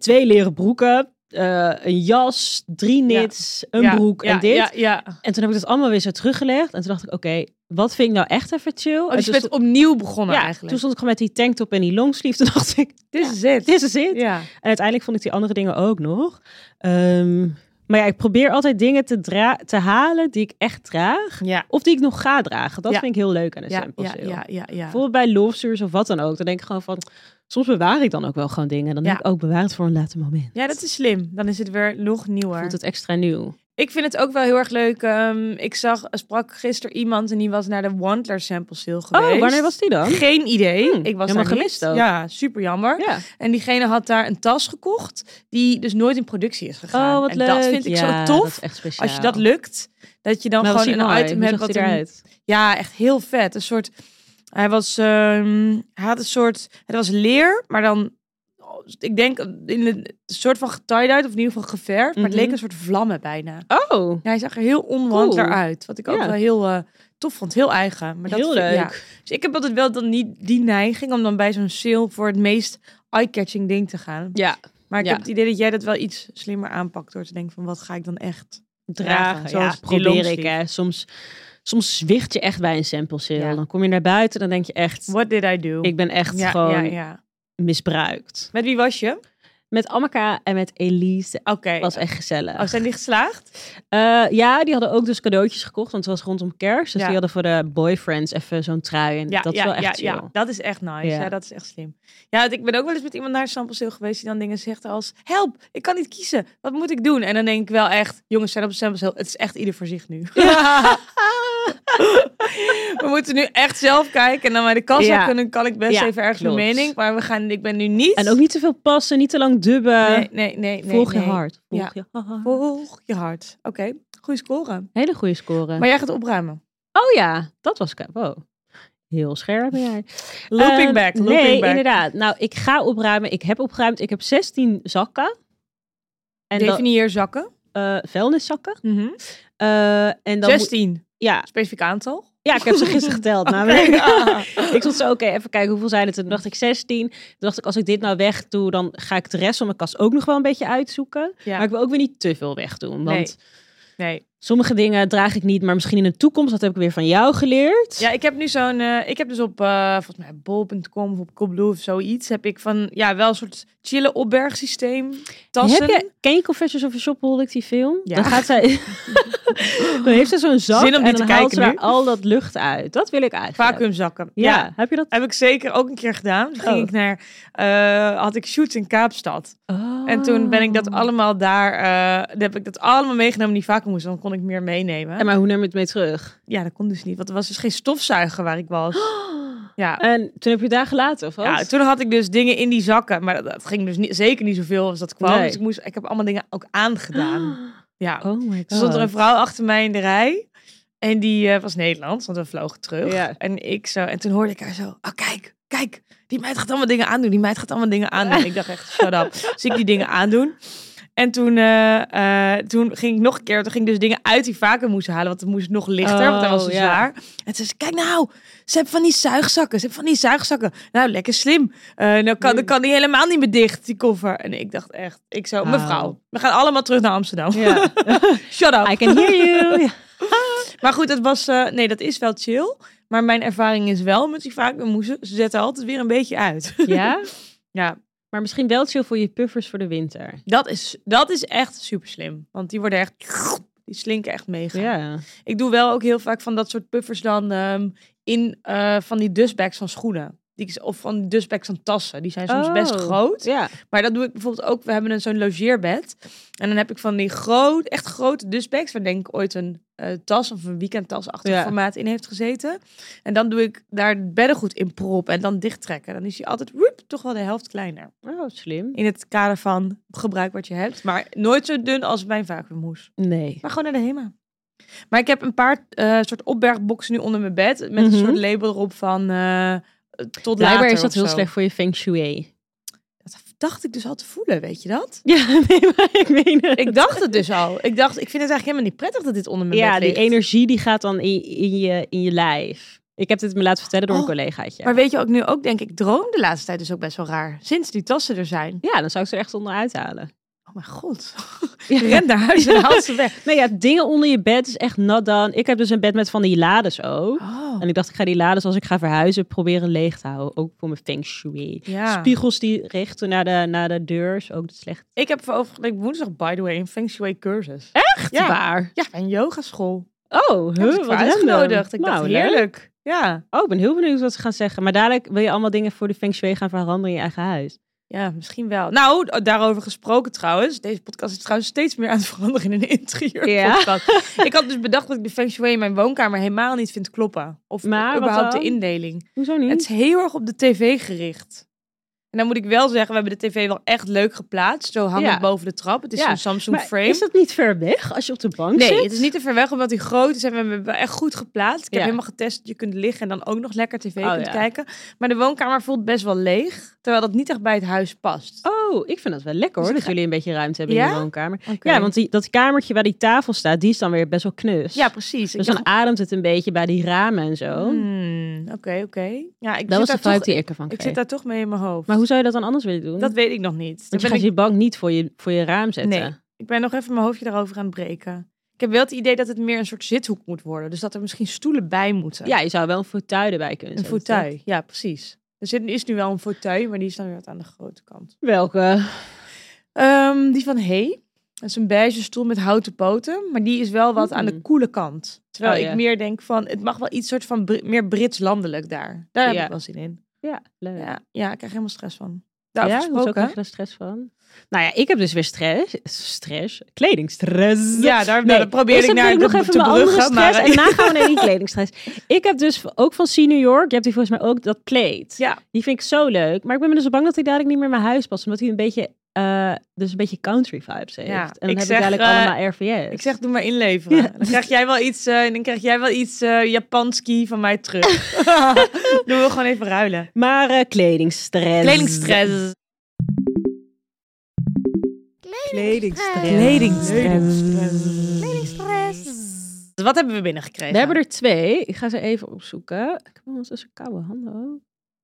twee leren broeken, eh, een jas, drie
Ja.
knits, een
Ja,
broek
ja,
en dit.
Ja, ja. Oh,
En toen heb ik dat allemaal weer zo teruggelegd en toen dacht ik: oké, wat vind ik nou echt even chill? en
dus je
toen
bent
stond-
opnieuw begonnen
ja,
eigenlijk.
toen stond ik gewoon met die tanktop en die longsleeve. Toen dacht ik:
Dit is het.
dit is het.
Ja.
En uiteindelijk vond ik die andere dingen ook nog. Ehm, maar ja, ik probeer altijd dingen te, dra- te halen die ik echt draag.
Ja.
Of die ik nog ga dragen. Dat
Ja.
vind ik heel leuk aan een
Ja,
sample
ja,
sale.
ja, ja, ja.
Bijvoorbeeld bij lofstuurs of wat dan ook. Dan denk ik gewoon van... Soms bewaar ik dan ook wel gewoon dingen. Dan
Ja.
denk ik ook bewaard voor een later moment.
Ja, dat is slim. Dan is het weer nog nieuwer.
Voelt het extra nieuw.
Ik vind het ook wel heel erg leuk. Ehm, ik zag, sprak gisteren iemand en die was naar de Wandler sample sale geweest.
Oh, wanneer was die dan?
Geen idee.
Hm,
ik was
helemaal
daar niet.
gemist ook.
Ja, super jammer.
Ja.
En diegene had daar een tas gekocht die dus nooit in productie is gegaan.
Oh, wat
en
leuk.
dat vind ik
Ja,
zo
dat
tof.
is echt speciaal.
Als je dat lukt, dat je dan
Maar was
gewoon een
die mooi?
item
Hoe
hebt
zag
wat
die
een-
eruit?
Ja, echt heel vet. Een soort hij was ehm, hij had een soort het was leer, maar dan ik denk in een soort van getied-out of in ieder geval geverfd, maar het
Mhm.
leek een soort vlammen bijna.
Oh,
Ja, hij zag er heel onwandelaar
Cool.
uit. Wat ik ook
Ja.
wel heel eh, tof vond. Heel eigen. Maar dat
heel
vind-
leuk.
ja. Dus ik heb altijd wel dan niet die neiging om dan bij zo'n sale voor het meest eye-catching ding te gaan.
ja.
Maar ik
Ja.
heb het idee dat jij dat wel iets slimmer aanpakt door te denken van wat ga ik dan echt?
dragen.
Zoals
Ja,
die
probeer ik.
longsleeve.
Hè. Soms, soms zwicht je echt bij een sample sale.
Ja.
Dan kom je naar buiten, dan denk je echt...
What did I do?
Ik ben echt
ja,
gewoon
ja, ja.
misbruikt.
Met wie was je? Oké.
Met Amaka en met Elise. was echt gezellig.
Oh, zijn die geslaagd?
Eh, ja, die hadden ook dus cadeautjes gekocht, want het was rondom kerst. Dus
Ja.
die hadden voor de boyfriends even zo'n trui. En dat is wel echt
ja,
chill.
ja, dat is echt nice. Ja.
Ja.
dat is echt slim. Ja, want ik ben ook wel eens met iemand naar een sample sale geweest die dan dingen zegt als help, ik kan niet kiezen. Wat moet ik doen? En dan denk ik wel echt, jongens zijn op een sample sale. Het is echt ieder voor zich nu. We moeten nu echt zelf kijken. En dan bij de kassa
Ja.
kunnen, kan ik best
Ja,
even ergens mijn
klopt.
mening. Maar we gaan, ik ben nu niet...
En ook niet te veel passen, niet te lang dubben.
Nee, nee, nee. nee,
Volg je
nee.
hart. Volg
Ja.
je hart.
Volg je hart. Oké, goede score.
Hele goede score.
Maar jij gaat opruimen.
Oh ja, dat was... ik- Wow. Heel scherp ben jij.
Looping
Eh,
back, looping
nee,
back.
inderdaad. Nou, ik ga opruimen. Ik heb opgeruimd. Ik heb 16 zakken. En dan,
Definieer zakken.
eh, vuilniszakken.
Mhm.
Eh, en dan moet-
16.
ja,
Specifiek aantal. Ah.
ja, ik heb ze gisteren geteld namelijk. Nou, ik stond zo, oké, even kijken hoeveel zijn het. En toen dacht ik 16. Toen dacht ik, als ik dit nou weg doe, dan ga ik de rest van mijn kast ook nog wel een beetje uitzoeken.
Ja.
Maar ik wil ook weer niet te veel wegdoen. Want
Nee. Nee.
sommige dingen draag ik niet, maar misschien in de toekomst. Dat heb ik weer van jou geleerd.
Ja, ik heb nu zo'n. eh, ik heb dus op eh, volgens mij bol.com of op Coolblue of zoiets. Heb ik van ja, wel een soort chille opbergsysteem. Tassen.
Heb je, ken je Confessions of a Shopaholic, die film?
Ja.
Dan gaat zij... dan heeft ze zo'n zak
Zin om die
en
te
dan haalt
kijken
ze daar
nu.
al dat lucht uit. Dat wil ik eigenlijk.
Vacuümzakken.
Ja.
ja.
heb je dat?
Heb ik zeker ook een keer gedaan. Toen ging
Oh.
ik naar, eh, had ik shoots in Kaapstad. Oh. En toen ben ik dat
allemaal.
allemaal daar, eh, dan heb ik dat allemaal meegenomen die vacuüm moest. Dan kon ik meer meenemen.
En maar hoe neem je het mee terug?
Ja, dat kon dus niet, want er was dus geen stofzuiger waar ik was. Ja,
En toen heb je daar gelaten, of wat?
Ja, toen had ik dus dingen in die zakken, maar dat, dat ging dus niet, zeker niet zoveel als dat kwam.
Nee.
Dus ik, moest, ik heb allemaal dingen ook aangedaan. Ja.
Oh my god.
Toen stond er een vrouw achter mij in de rij en die eh, was Nederlands, want we vlogen terug.
Ja.
En ik zo, en toen hoorde ik haar zo, oh kijk, kijk, die meid gaat allemaal dingen aandoen, die meid gaat allemaal dingen aandoen. ik dacht echt, shut up. Dus ik die dingen aandoen. En toen, eh, eh, toen ging ik nog een keer, toen ging ik dus dingen uit die vaker moest halen, want het moest nog lichter, want hij was
Oh,
te
ja.
zwaar. En toen zei ze, kijk nou, ze hebben van die zuigzakken, ze hebben van die zuigzakken. Nou, lekker slim. Eh nou kan, dan kan die helemaal niet meer dicht, die koffer. En ik dacht echt, ik zo,
Wauw.
mevrouw, we gaan allemaal terug naar Amsterdam.
Ja.
Shut up.
I can hear you. Ja.
Maar goed, het was, eh, nee, dat is wel chill. Maar mijn ervaring is wel met die vacuümhoesen, ze zetten altijd weer een beetje uit.
Ja?
ja,
Maar misschien wel chill voor je puffers voor de winter.
dat is, dat is echt super slim. Want die worden echt, die slinken echt mega.
Ja.
Ik doe wel ook heel vaak van dat soort puffers dan ehm, in eh, van die dustbags van schoenen. Die, of van die dustbags van tassen. Die zijn soms best
Oh.
groot.
Ja.
Maar dat doe ik bijvoorbeeld ook. We hebben een zo'n logeerbed. En dan heb ik van die groot, echt grote dustbags. Waar denk ik ooit een eh, tas of een weekendtasachtig
Ja.
formaat in heeft gezeten. En dan doe ik daar het beddengoed in proppen en dan dicht trekken. Dan is die altijd woep, toch wel de helft kleiner.
Oh, slim.
In het kader van gebruik wat je hebt. Maar nooit zo dun als mijn vacuümhoes.
Nee.
Maar gewoon naar de HEMA. Maar ik heb een paar eh, soort opbergboxen nu onder mijn bed. Met
Mhm.
een soort label erop van eh, tot later
Blijkbaar is dat
of
heel
zo.
slecht voor je feng shui.
Dat dacht ik dus al te voelen, weet je dat?
Ja, nee, maar ik meen het.
Ik dacht het dus al. Ik dacht, ik vind het eigenlijk helemaal niet prettig dat dit onder mijn
ja,
bed
die
ligt.
energie die gaat dan in, in, je, in je lijf. Ik heb dit me laten vertellen door een
Oh,
collegaatje.
Maar weet je ook nu ook, denk ik, droom de laatste tijd dus ook best wel raar. Sinds die tassen er zijn.
Ja, dan zou ik ze er echt onderuit halen.
Oh mijn god.
Ja.
Ren naar huis en haal ze weg.
Nee, ja, dingen onder je bed is echt nat dan. Ik heb dus een bed met van die lades ook.
Oh.
En ik dacht, ik ga die lades als ik ga verhuizen proberen leeg te houden. Ook voor mijn feng shui.
Ja.
Spiegels die richten naar de, naar de deur is ook dus slecht.
Ik heb voor over ik woensdag, by the way, een feng shui cursus. Echt? Ja.
Waar?
Ja, een yogaschool.
Oh,
Huh,
huh,
ik
wat
voor
random.
uitgenodigd. Ik dacht,
Nou, leuk.
heerlijk. Ja.
Oh, ik ben heel benieuwd wat ze gaan zeggen. Maar dadelijk wil je allemaal dingen voor de feng shui gaan veranderen in je eigen huis.
Ja, misschien wel. Nou, daarover gesproken trouwens. Deze podcast is trouwens steeds meer aan het veranderen in een interieur.
Ja.
Ik had dus bedacht dat ik de feng shui in mijn woonkamer helemaal niet vind kloppen. Of
Maar wat
überhaupt de
dan?
indeling.
Hoezo niet?
Het is heel erg op de tv gericht. En dan moet ik wel zeggen, we hebben de tv wel echt leuk geplaatst. Zo hangt
Ja.
het boven de trap. Het is
Ja,
een Samsung
Maar
Frame.
is dat niet ver weg als je op de bank
Nee,
zit?
het is niet te ver weg, omdat hij groot is. En we hebben hem wel echt goed geplaatst. Ik
Ja.
heb helemaal getest dat je kunt liggen en dan ook nog lekker tv
Oh,
kunt
ja.
kijken. Maar de woonkamer voelt best wel leeg. Terwijl dat niet echt bij het huis past.
Oh, ik vind dat wel lekker hoor,
Dus ik
dat
ga-
jullie een beetje ruimte hebben in
Ja?
de woonkamer.
Oké.
Oh, Ja, want die, dat kamertje waar die tafel staat, die is dan weer best wel knus.
Ja, precies.
dus
ik
dan ademt het een beetje bij die ramen en zo.
dacht, hmm, oké, oké. Ja, ik
dat was
zit
de
daar
vibe
toch,
die ik ervan
ik
kreeg.
zit daar toch mee in mijn hoofd.
Maar hoe zou je dat dan anders willen doen?
Dat weet ik nog niet.
Want je
Daar ben
gaat
ik
je bank niet voor je, voor je raam zetten.
Nee. Ik ben nog even mijn hoofdje daarover aan het breken. Ik heb wel het idee dat het meer een soort zithoek moet worden. Dus dat er misschien stoelen bij moeten.
Ja, je zou wel een fauteuil erbij kunnen
een
zetten.
fauteuil. Ja, precies. Er zit, is nu wel een fauteuil, maar die is dan weer wat aan de grote kant.
Welke?
Ehm, die van Hey. Dat is een beige stoel met houten poten. Maar die is wel wat aan de
Mm.
koele kant. Terwijl
Oh, ja.
ik meer denk van, het mag wel iets soort van Bri- meer Brits landelijk daar. Daar heb
Ja.
ik wel zin in.
Ja, leuk.
Ja, ja, ik krijg helemaal stress van. Daarover
ja, hoeft ook
gesproken.
echt daar stress van. Nou ja, ik heb dus weer stress. Stress? Kledingstress.
Ja, daar
Nee,
nou, dat probeer
eerst
ik
dan
naar
doe ik nog
de,
even
te
mijn andere
bruggen. Maar,
stress en daarna gaan we naar die kledingstress. Ik heb dus ook van See New York, je hebt die volgens mij ook, dat kleed.
ja,
Die vind ik zo leuk. Maar ik ben me dus bang dat hij dadelijk niet meer in mijn huis past. Omdat hij een beetje, eh, dus een beetje country vibes heeft.
Ja,
en dan
ik
heb
zeg,
ik dadelijk
eh,
allemaal RVS.
ik zeg doe maar inleveren.
Ja.
Dan krijg jij wel iets, eh, en dan krijg jij wel iets eh, Japanski van mij terug. Doen we gewoon even ruilen.
maar eh, kledingstress.
Kledingstress.
Kledingstress.
Wat hebben we binnengekregen?
We hebben er twee. Ik ga ze even opzoeken. Ik heb wel eens een koude handen ook.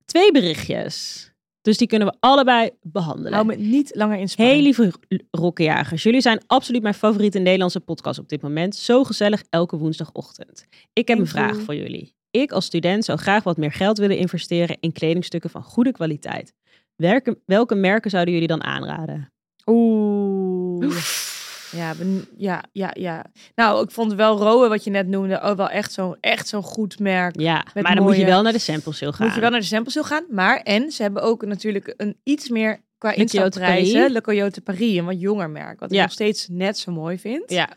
Twee berichtjes. Dus die kunnen we allebei behandelen.
Hou me niet langer in spanning.
Hey lieve r- rokkenjagers, jullie zijn absoluut mijn favoriete Nederlandse podcast op dit moment. Zo gezellig elke woensdagochtend. Ik heb
Thank
een vraag
you.
voor jullie. Ik als student zou graag wat meer geld willen investeren in kledingstukken van goede kwaliteit. Welke, welke merken zouden jullie dan aanraden?
Oeh. Ja, ben- ja, ja, ja. Nou, ik vond wel Rowe, wat je net noemde, ook wel echt zo'n echt zo'n goed merk.
Ja, maar dan moet je
mooie-
wel naar de sample sale gaan.
Moet je wel naar de samples wil gaan. Maar, en ze hebben ook natuurlijk een iets meer qua
Coyote Paris.
instapprijzen. Le Coyote Paris, een wat jonger merk. Wat ik
Ja.
nog steeds net zo mooi vind.
Ja,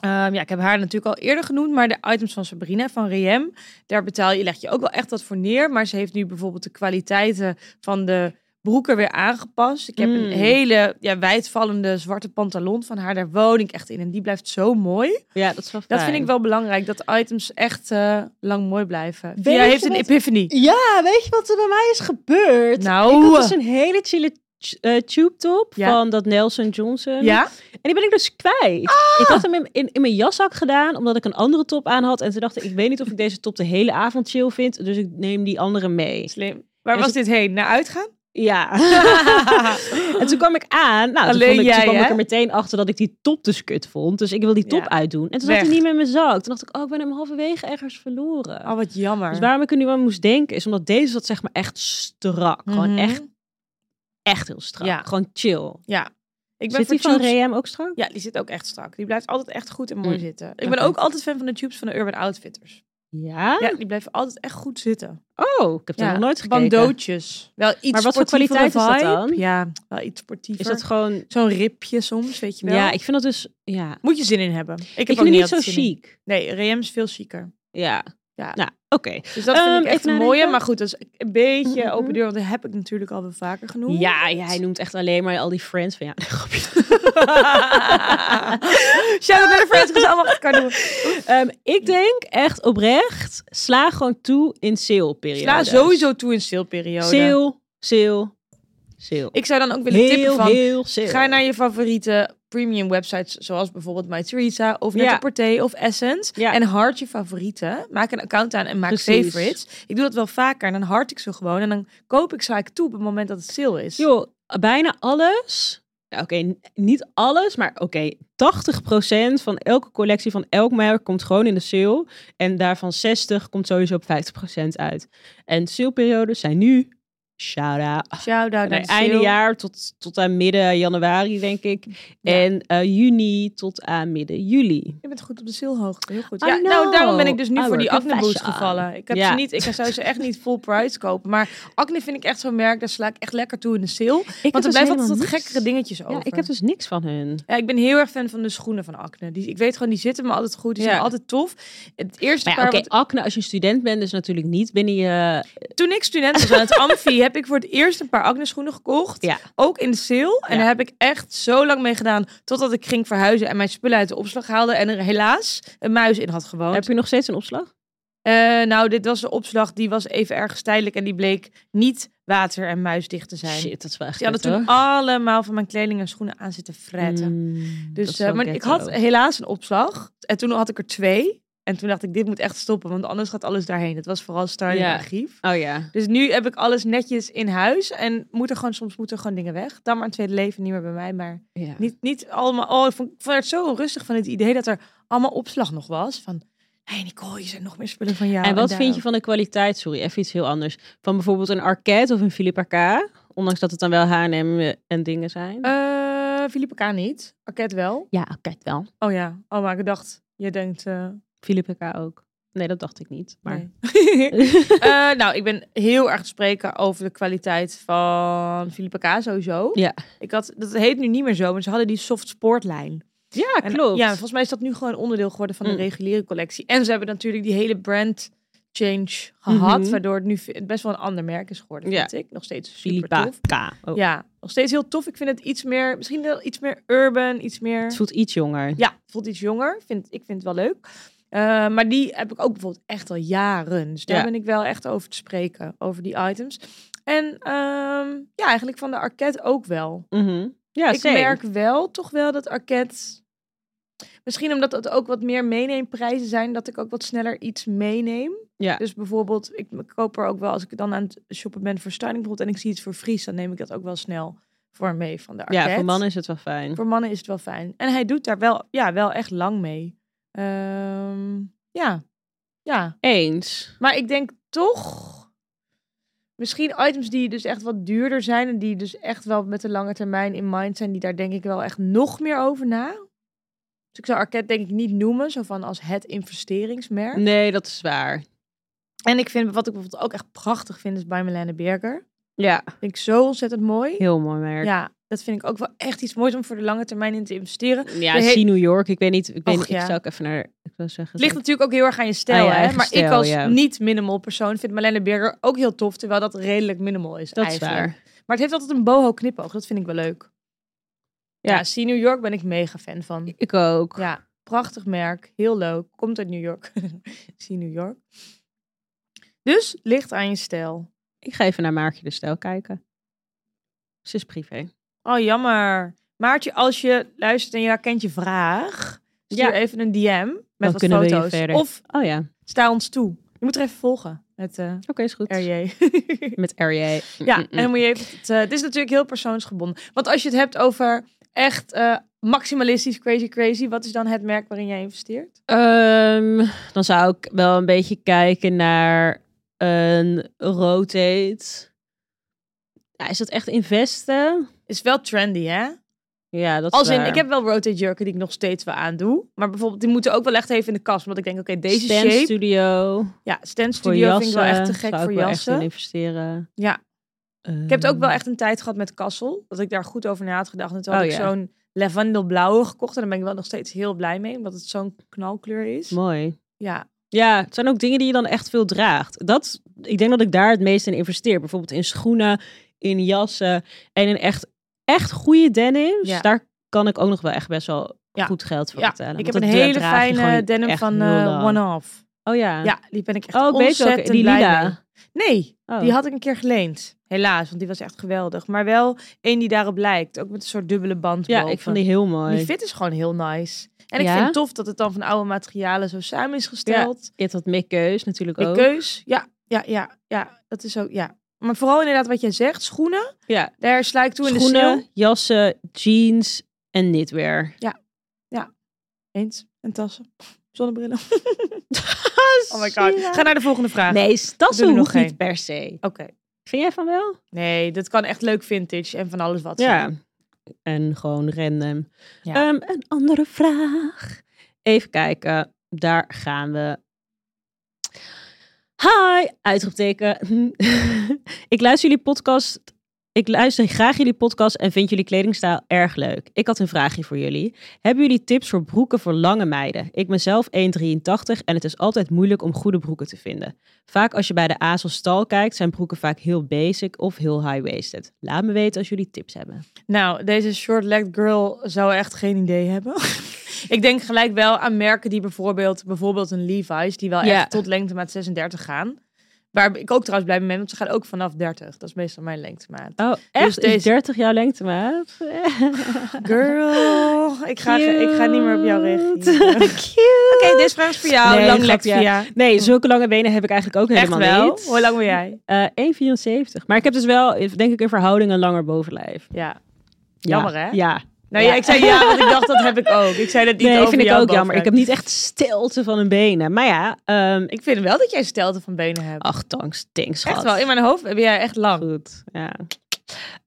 Ehm, ja, ik heb haar natuurlijk al eerder genoemd, maar de items van Sabrina van Riem, daar betaal je, leg je ook wel echt wat voor neer. Maar ze heeft nu bijvoorbeeld de kwaliteiten van de broeken weer aangepast. Ik heb
Mm.
een hele ja, wijdvallende zwarte pantalon van haar, daar woon ik echt in. En die blijft zo mooi.
ja dat is wel
Dat
fijn.
vind ik wel belangrijk, dat items echt eh, lang mooi blijven.
Weet
Via
je
heeft een
wat-
epiphanie.
Ja, weet je wat er bij mij is gebeurd? Ik
Nou,
had dus een hele chille ch- eh, tube top
Ja.
van dat Nelson Johnson.
ja?
En die ben ik dus kwijt.
Ah!
Ik had hem in, in, in mijn jaszak gedaan, omdat ik een andere top aan had. En toen dacht ik, ik weet niet of ik deze top de hele avond chill vind. Dus ik neem die andere mee.
Slim. Waar
En
was dit heen? Naar uitgaan?
Ja. en toen kwam ik aan. Nou,
Alleen
toen, kwam ik,
jij,
toen kwam ik
hè?
er meteen achter dat ik die top dus kut vond. Dus ik wil die top
Ja.
uitdoen. En toen zat
Weg.
hij niet meer in mijn zak. Toen dacht ik, oh, ik ben hem halverwege ergens verloren.
Oh, wat jammer.
dus waarom ik er nu aan moest denken, is omdat deze zat zeg maar echt strak. Gewoon
Mhm.
echt, echt heel strak.
Ja.
Gewoon chill.
Ja. Ik ben
Zit
voor
die van
tubes-
Reem ook strak?
Ja, die zit ook echt strak. Die blijft altijd echt goed en mooi
Mm.
zitten. Ik ben
Oké.
ook altijd fan van de tubes van de Urban Outfitters.
Ja?
Ja, die blijven altijd echt goed zitten.
Oh, ik heb er
ja.
nog nooit gekeken.
Bandootjes. Wel iets
Maar wat voor
sportievere
kwaliteit is dat
vibe.
dan?
Ja, wel iets sportiever.
Is dat gewoon...
Zo'n ripje soms, weet je wel.
Ja, ik vind dat dus... Ja. Ik,
Moet je zin in hebben. Ik, heb
vind
ook
het niet zo
altijd zin in.
chic.
Nee, Rem is veel chiquer.
Ja.
Ja.
Nou, oké.
Dus dat
Ehm,
vind ik echt
even
een mooie.
nadenken.
Maar goed, dat is een beetje
Mhm.
open deur. Want dat heb ik natuurlijk al wel vaker genoemd.
Ja, ja, hij noemt echt alleen maar al die friends van ja. nee, grapje.
Shout-out naar de friends. Dat is allemaal goed kan doen.
Ehm, ik denk echt oprecht, sla gewoon toe in sale periode.
Sla sowieso toe in stilperiode.
Sale, sale, sale.
Ik zou dan ook willen tippen
heel,
van...
heel sale.
Ga naar je favoriete premium websites, zoals bijvoorbeeld MyTheresa of
Ja.
Net-a-Porter of Essence.
Ja.
En hard je favorieten. Maak een account aan en maak
Precies.
favorites. Ik doe dat wel vaker en dan hard ik ze gewoon. En dan koop ik ze eigenlijk toe op het moment dat het sale is.
Joh, bijna alles. Nou, oké, n- niet alles, maar oké, 80% van elke collectie van elk merk komt gewoon in de sale. En daarvan 60 komt sowieso op 50% uit. En saleperiodes zijn nu, shout-out,
Shout-out
Van
naar
het
de sale.
einde jaar tot, tot aan midden januari, denk ik.
Ja.
En eh, juni tot aan midden juli.
Je bent goed op de salehoogte, heel goed.
I
Ja, nou,
know.
daarom ben ik dus nu
I
voor die
work in
Acne Boost
fashion.
gevallen. Ik, heb
Ja.
ze niet, ik zou ze echt niet full price kopen. Maar Acne vind ik echt zo'n merk, daar sla ik echt lekker toe in de sale.
Ik
Want er blijven altijd wat gekkere dingetjes over.
dus Ja, ik heb dus niks van hun.
Ja, ik ben heel erg fan van de schoenen van Acne. Die, ik weet gewoon, die zitten me altijd goed. Die
Ja.
zijn altijd tof. Het eerste
Maar ja,
paar...
oké,
wat-
acne als je student bent, dus natuurlijk niet binnen je...
toen ik student was aan het Amfi, heb ik voor het eerst een paar Acne schoenen gekocht.
Ja.
Ook in de sale. En
Ja.
daar heb ik echt zo lang mee gedaan. Totdat ik ging verhuizen en mijn spullen uit de opslag haalde. En er helaas een muis in had gewoond.
Heb je nog steeds een opslag?
Eh, nou, dit was de opslag. Die was even ergens tijdelijk. En die bleek niet water- en muisdicht te zijn.
Shit, dat is wel echt
Die hadden
kut,
toen allemaal van mijn kleding en schoenen aan zitten
hoor.
fretten.
Mm, dat is
Dus, eh,
wel
maar ik
ghetto.
had helaas een opslag. En toen had ik er twee. En toen dacht ik, dit moet echt stoppen, want anders gaat alles daarheen. Het was vooral styling
Ja.
en archief.
Oh ja.
Dus nu heb ik alles netjes in huis. En moet er gewoon, soms moeten er gewoon dingen weg. Dan maar een tweede leven, niet meer bij mij. Maar
ja.
niet, niet allemaal... Oh, ik vond, ik vond het zo rustig van het idee dat er allemaal opslag nog was. Van, hé hey Nicole, je zijn nog meer spullen van jou.
en wat
daar
vind je
ook.
van de kwaliteit? Sorry, even iets heel anders. Van bijvoorbeeld een Arquette of een Philippe K. Ondanks dat het dan wel H&M en dingen zijn.
Eh, Philippe K. niet. Arket wel.
ja, Arquette wel.
Oh ja. Oh, maar ik dacht, je denkt... eh,
Philippe K. ook. Nee, dat dacht ik niet. Maar
Nee. Eh, nou, ik ben heel erg te spreken over de kwaliteit van Philippe K. sowieso.
Ja.
Ik had, dat heet nu niet meer zo, maar ze hadden die soft sportlijn.
ja,
En,
klopt.
Ja, volgens mij is dat nu gewoon onderdeel geworden van de
Mm.
reguliere collectie. En ze hebben natuurlijk die hele brand change gehad,
Mhm.
waardoor het nu ve- best wel een ander merk is geworden, vind ik. Nog steeds super
Philippa
tof.
K. Oh,
Ja, nog steeds heel tof. Ik vind het iets meer, misschien wel iets meer urban, iets meer...
Het voelt iets jonger.
Ja, voelt iets jonger. Vind, ik vind het wel leuk. Eh, maar die heb ik ook bijvoorbeeld echt al jaren. Dus daar
Ja.
ben ik wel echt over te spreken, over die items. En ehm, ja, eigenlijk van de Arquette ook wel.
Mhm. ja
ik
same.
merk wel toch wel dat Arquette... Misschien omdat het ook wat meer meeneemprijzen zijn, dat ik ook wat sneller iets meeneem.
Ja.
Dus bijvoorbeeld, ik m- koop er ook wel, als ik dan aan het shoppen ben voor styling bijvoorbeeld, en ik zie iets voor Fries, dan neem ik dat ook wel snel voor mee van de Arquette.
Ja, voor mannen is het wel fijn.
Voor mannen is het wel fijn. En hij doet daar wel, ja, wel echt lang mee. Ehm, ja. ja.
Eens.
Maar ik denk toch... Misschien items die dus echt wat duurder zijn... en die dus echt wel met de lange termijn in mind zijn... die daar denk ik wel echt nog meer over na. Dus ik zou Arket denk ik niet noemen... zo van als het investeringsmerk.
Nee, dat is waar.
En ik vind, wat ik bijvoorbeeld ook echt prachtig vind... is bij Melanie Berger.
Ja,
Vind ik zo ontzettend mooi.
heel mooi merk. Ja,
Ja, dat vind ik ook wel echt iets moois... om voor de lange termijn in te investeren.
ja
De he-
zie New York. Ik weet niet. Ik, weet,
Och,
ik
ja.
zou ook even naar. Ik wil zeggen.
Het ligt natuurlijk ook heel erg aan je stijl,
Aan je
hè?
eigen
Maar ik
stijl,
als
ja.
niet-minimal persoon vind Marlene Berger ook heel tof, terwijl dat redelijk minimal is
dat is
eigenlijk.
waar.
Maar het heeft altijd een boho knipoog, dat vind ik wel leuk. Ja,
Ja.
See New York ben ik mega fan van.
Ik ook.
Ja, prachtig merk, heel leuk, komt uit New York. See New York. Dus, ligt aan je stijl.
Ik ga even naar Maartje de Stijl kijken. Ze is privé.
Oh, jammer. Maartje, als je luistert en je herkent je vraag, stuur
Ja.
even een DM met wat
kunnen we je
foto's.
verder.
Of
Oh ja. Oké,
sta ons toe. Je moet er even volgen, het eh,
is goed.
RJ.
Met RJ.
Ja,
Mm, mm,
en dan moet je even. Het, eh, het is natuurlijk heel persoonsgebonden. Want als je het hebt over echt eh, maximalistisch, crazy, crazy, wat is dan het merk waarin jij investeert?
Ehm, dan zou ik wel een beetje kijken naar een rotate. Ja, is dat echt investen?
Is wel trendy, hè?
Ja, dat is
Als in,
waar.
ik heb wel rotate jurken die ik nog steeds wel aandoe. Maar bijvoorbeeld, die moeten ook wel echt even in de kast. Omdat ik denk, oké, deze
Stan
shape.
Studio
ja, Stand
voor
Studio
jassen.
vind ik wel echt te gek
zou
voor
ik wel echt in
jassen.
investeren.
Ja. Ik heb het ook wel
Ehm,
echt een tijd gehad met Kassel. Dat ik daar goed over na had gedacht. En toen had
Oh,
ik
ja.
zo'n lavendelblauwe gekocht. En daar ben ik wel nog steeds heel blij mee. Omdat het zo'n knalkleur is.
Mooi.
Ja,
Ja, het zijn ook dingen die je dan echt veel draagt. Dat, ik denk dat ik daar het meest in investeer. Bijvoorbeeld in schoenen, in jassen en in echt, echt goede denims.
Ja.
Daar kan ik ook nog wel echt best wel
Ja.
goed geld voor
Ja,
betalen.
Ik
Want
heb een
dat dra-
hele
draag je
fijne
gewoon
denim
echt
van
heel
eh
lang.
One Off.
Oh ja.
Ja, die ben ik echt
Oh, ik weet welke.
ontzettend
Die
blij
lila.
mee. Nee,
Oh.
die had ik een keer geleend. Helaas, want die was echt geweldig. Maar wel één die daarop lijkt. Ook met een soort dubbele band
ja,
boven.
ik vond die heel mooi.
Die fit is gewoon heel nice. En ik
Ja?
vind het tof dat het dan van oude materialen zo samen is gesteld.
Je hebt dat Mick Keus natuurlijk
De
ook.
keus, ja, ja, ja, ja. Dat is ook, ja. Maar vooral inderdaad wat jij zegt, schoenen.
Ja.
Daar sla ik toe in de sneeuw.
Schoenen, jassen, jeans en knitwear.
Eens. En tassen. Zonnebrillen. Oh my
Zie
god.
je?
Ga naar de volgende vraag.
Nee,
Doe
tassen
er nog
hoeft niet
geen.
per se.
Oké.
Vind jij van wel?
Nee, dat kan echt leuk vintage en van alles wat. zijn.
Ja. En gewoon random.
Ja.
Ehm, een andere vraag. Even kijken. Daar gaan we. Hi, uitroepteken. ik luister jullie podcast. Ik luister graag jullie podcast en vind jullie kledingstijl erg leuk. Ik had een vraagje voor jullie. Hebben jullie tips voor broeken voor lange meiden? Ik ben zelf 1,83 en het is altijd moeilijk om goede broeken te vinden. Vaak als je bij de ASOS stal kijkt, zijn broeken vaak heel basic of heel high-waisted. Laat me weten als jullie tips hebben.
Nou, deze short-legged girl zou echt geen idee hebben. ik denk gelijk wel aan merken die bijvoorbeeld, bijvoorbeeld een Levi's, die wel
Ja.
echt tot lengtemaat 36 gaan. Waar ik ook trouwens blij mee ben, want ze gaan ook vanaf 30. Dat is meestal mijn lengtemaat.
Oh,
echt?
echt?
Is
is 30 jouw lengte, maat?
Girl, ik ga, ik ga niet meer op jou richten.
Cute.
Oké,
Cute.
deze vraag is voor jou.
Nee,
lang
grapje.
Lexia.
Nee, zulke lange benen heb ik eigenlijk ook
Echt
helemaal
wel?
niet.
Hoe lang ben jij?
Eh, 1,74. Maar ik heb dus wel, denk ik, in verhouding een langer bovenlijf.
Ja.
Ja.
Jammer, hè?
Ja.
Nou ja.
Ja.
ik zei ja, want ik dacht dat heb ik ook. Ik zei dat niet
Nee,
over
vind ik ook
jouw
jammer. Ik
bovenlijf.
heb niet echt stilte van een benen. Maar ja, ehm, ik...
Ik vind wel dat jij stelte van benen hebt.
ach, thanks, thanks,
echt
schat.
Oh. wel, in mijn hoofd ben jij echt lang.
Goed, ja.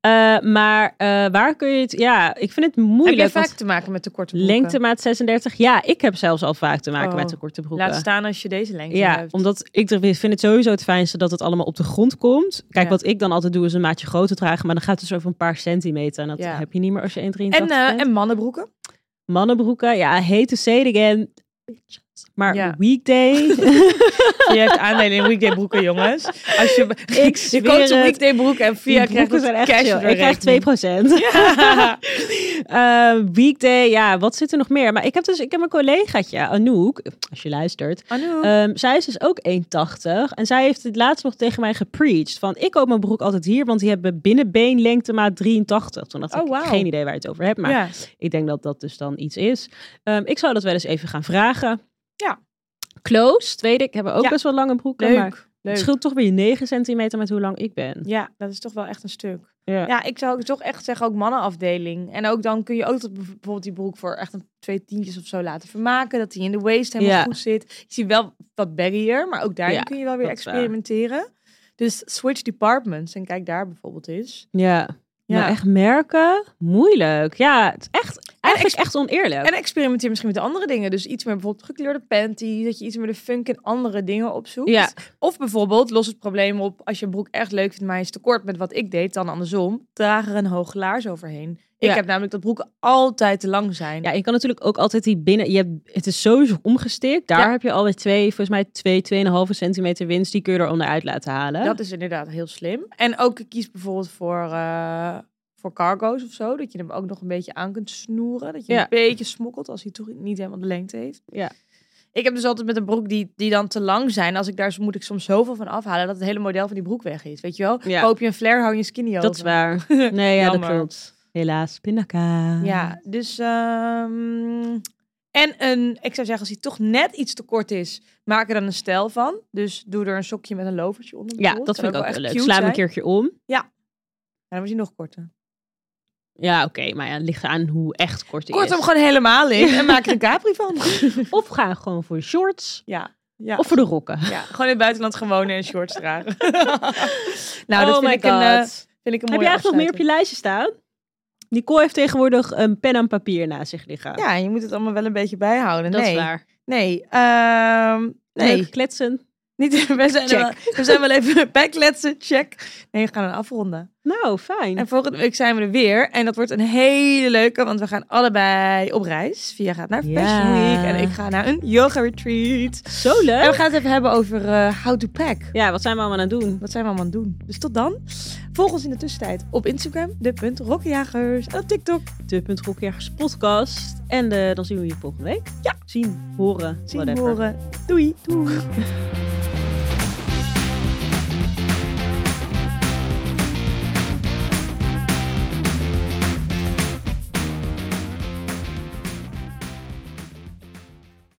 Eh, maar eh, waar kun je het... Ja, ik vind het moeilijk.
Heb je vaak
want
te maken met te korte broeken?
lengtemaat 36. Ja, ik heb zelfs al vaak te maken
Oh,
met de korte broeken.
Laat staan als je deze lengte
Ja,
hebt.
omdat ik er- vind het sowieso het fijnste dat het allemaal op de grond komt. Kijk,
Ja.
wat ik dan altijd doe is een maatje groter dragen, maar dan gaat het dus over een paar centimeter. En dat
Ja.
heb je niet meer als je 1,83
En,
bent.
eh, en mannenbroeken.
Mannenbroeken, ja, hate to say it again. Maar
Ja.
weekday,
Je hebt aandelen in weekdaybroeken, jongens. Als je,
Ik
je
zweer
koopt een
het.
weekdaybroek en via
die
krijgt
broeken
het
zijn echt
cash
chill.
door
Ik krijg 2
rekening.
Eh, weekday, ja, wat zit er nog meer? Maar ik heb dus, ik heb een collegaatje, Anouk, als je luistert.
Anouk.
Ehm, zij is dus ook 1,80. En zij heeft het laatst nog tegen mij gepreached. Van, ik koop mijn broek altijd hier, want die hebben binnenbeenlengte maat 83. Toen dacht
Oh,
ik,
wauw.
geen idee waar je het over hebt. Maar
ja.
ik denk dat dat dus dan iets is. Ehm, ik zou dat wel eens even gaan vragen.
Ja.
Close, weet ik, hebben ook
Ja.
best wel lange broeken.
Leuk.
maar
Leuk.
het scheelt toch weer 9 centimeter met hoe lang ik ben.
Ja, dat is toch wel echt een stuk.
Ja.
Ja, ik zou toch echt zeggen, ook mannenafdeling. En ook dan kun je ook dat bijvoorbeeld die broek voor echt een twee tientjes of zo laten vermaken. Dat die in de waist helemaal
Ja.
goed zit. Je ziet wel wat baggier, maar ook daarin
Ja,
kun je wel weer
dat is waar.
experimenteren. Dus switch departments en kijk daar bijvoorbeeld eens.
Ja.
Ja.
Maar echt merken, moeilijk. Ja, het is echt, eigenlijk echt oneerlijk.
En experimenteer misschien met andere dingen. Dus iets meer bijvoorbeeld gekleurde panty. Dat je iets meer de funk en andere dingen opzoekt.
Ja.
Of bijvoorbeeld, los het probleem op. Als je een broek echt leuk vindt, maar hij is te kort met wat ik deed. Dan andersom, draag er een hoge laars overheen. Ik
Ja.
heb namelijk dat broeken altijd te lang zijn.
Ja, je kan natuurlijk ook altijd die binnen. Je hebt, het is sowieso omgestikt. Daar
Ja.
heb je alweer twee, volgens mij twee, tweeënhalve centimeter winst. Die kun je eronder uit laten halen.
Dat is inderdaad heel slim. En ook kies bijvoorbeeld voor, eh, voor cargo's of zo. Dat je hem ook nog een beetje aan kunt snoeren. Dat je
Ja.
een beetje smokkelt als hij toch niet helemaal de lengte heeft.
Ja.
Ik heb dus altijd met een broek die, die dan te lang zijn. Als ik daar moet ik soms zoveel van afhalen dat het hele model van die broek weg is. Weet je wel?
Ja.
Koop je een flare, hou je skinny over.
Dat is waar. Nee, ja, dat
Jammer.
klopt. Helaas, pindaka.
Ja, dus... ehm, en een, ik zou zeggen, als hij toch net iets te kort is, maak er dan een stijl van. Dus doe er een sokje met een lovertje onder.
Ja,
bijvoorbeeld.
dat
Kan
vind ik ook
wel
wel
echt
leuk.
cute
Sla hem een
zijn.
keertje om.
Ja, dan wordt hij nog korter.
Ja, oké. maar ja, het ligt aan hoe echt kort hij
Kort
is.
hem gewoon helemaal in en maak er een capri van.
Of ga gewoon voor shorts.
Ja. Ja.
Of voor de rokken.
ja, gewoon in het buitenland gewoon en shorts dragen. Oh nou,
Oh
dat
my
vind ik, een,
God.
eh, vind ik
Heb
een mooie
je eigenlijk nog meer op je
afsluiter.
lijstje staan? Nicole heeft tegenwoordig een pen en papier naast zich liggen.
Ja, je moet het allemaal wel een beetje bijhouden.
dat
nee.
is waar.
Nee, ehm, nee.
Leuk kletsen.
Niet, we, zijn er
Check.
wel, we zijn wel even bijkletsen, check. Nee, we gaan een afronden.
Nou, fijn.
En volgende week zijn we er weer. En dat wordt een hele leuke, want we gaan allebei op reis. Via gaat naar
Ja.
Fashion Week en ik ga naar een yoga retreat.
Zo
En we
leuk.
gaan het even hebben over eh, how to pack.
Ja, wat zijn we allemaal aan het doen?
Wat zijn we allemaal aan het doen? Dus tot dan. Volg ons in de tussentijd op Instagram, de.rokkenjagers. En op TikTok.
de.rokjagers podcast. En eh, dan zien we je volgende week.
Ja.
Zien, horen,
Zien,
whatever.
horen. Doei. Doei.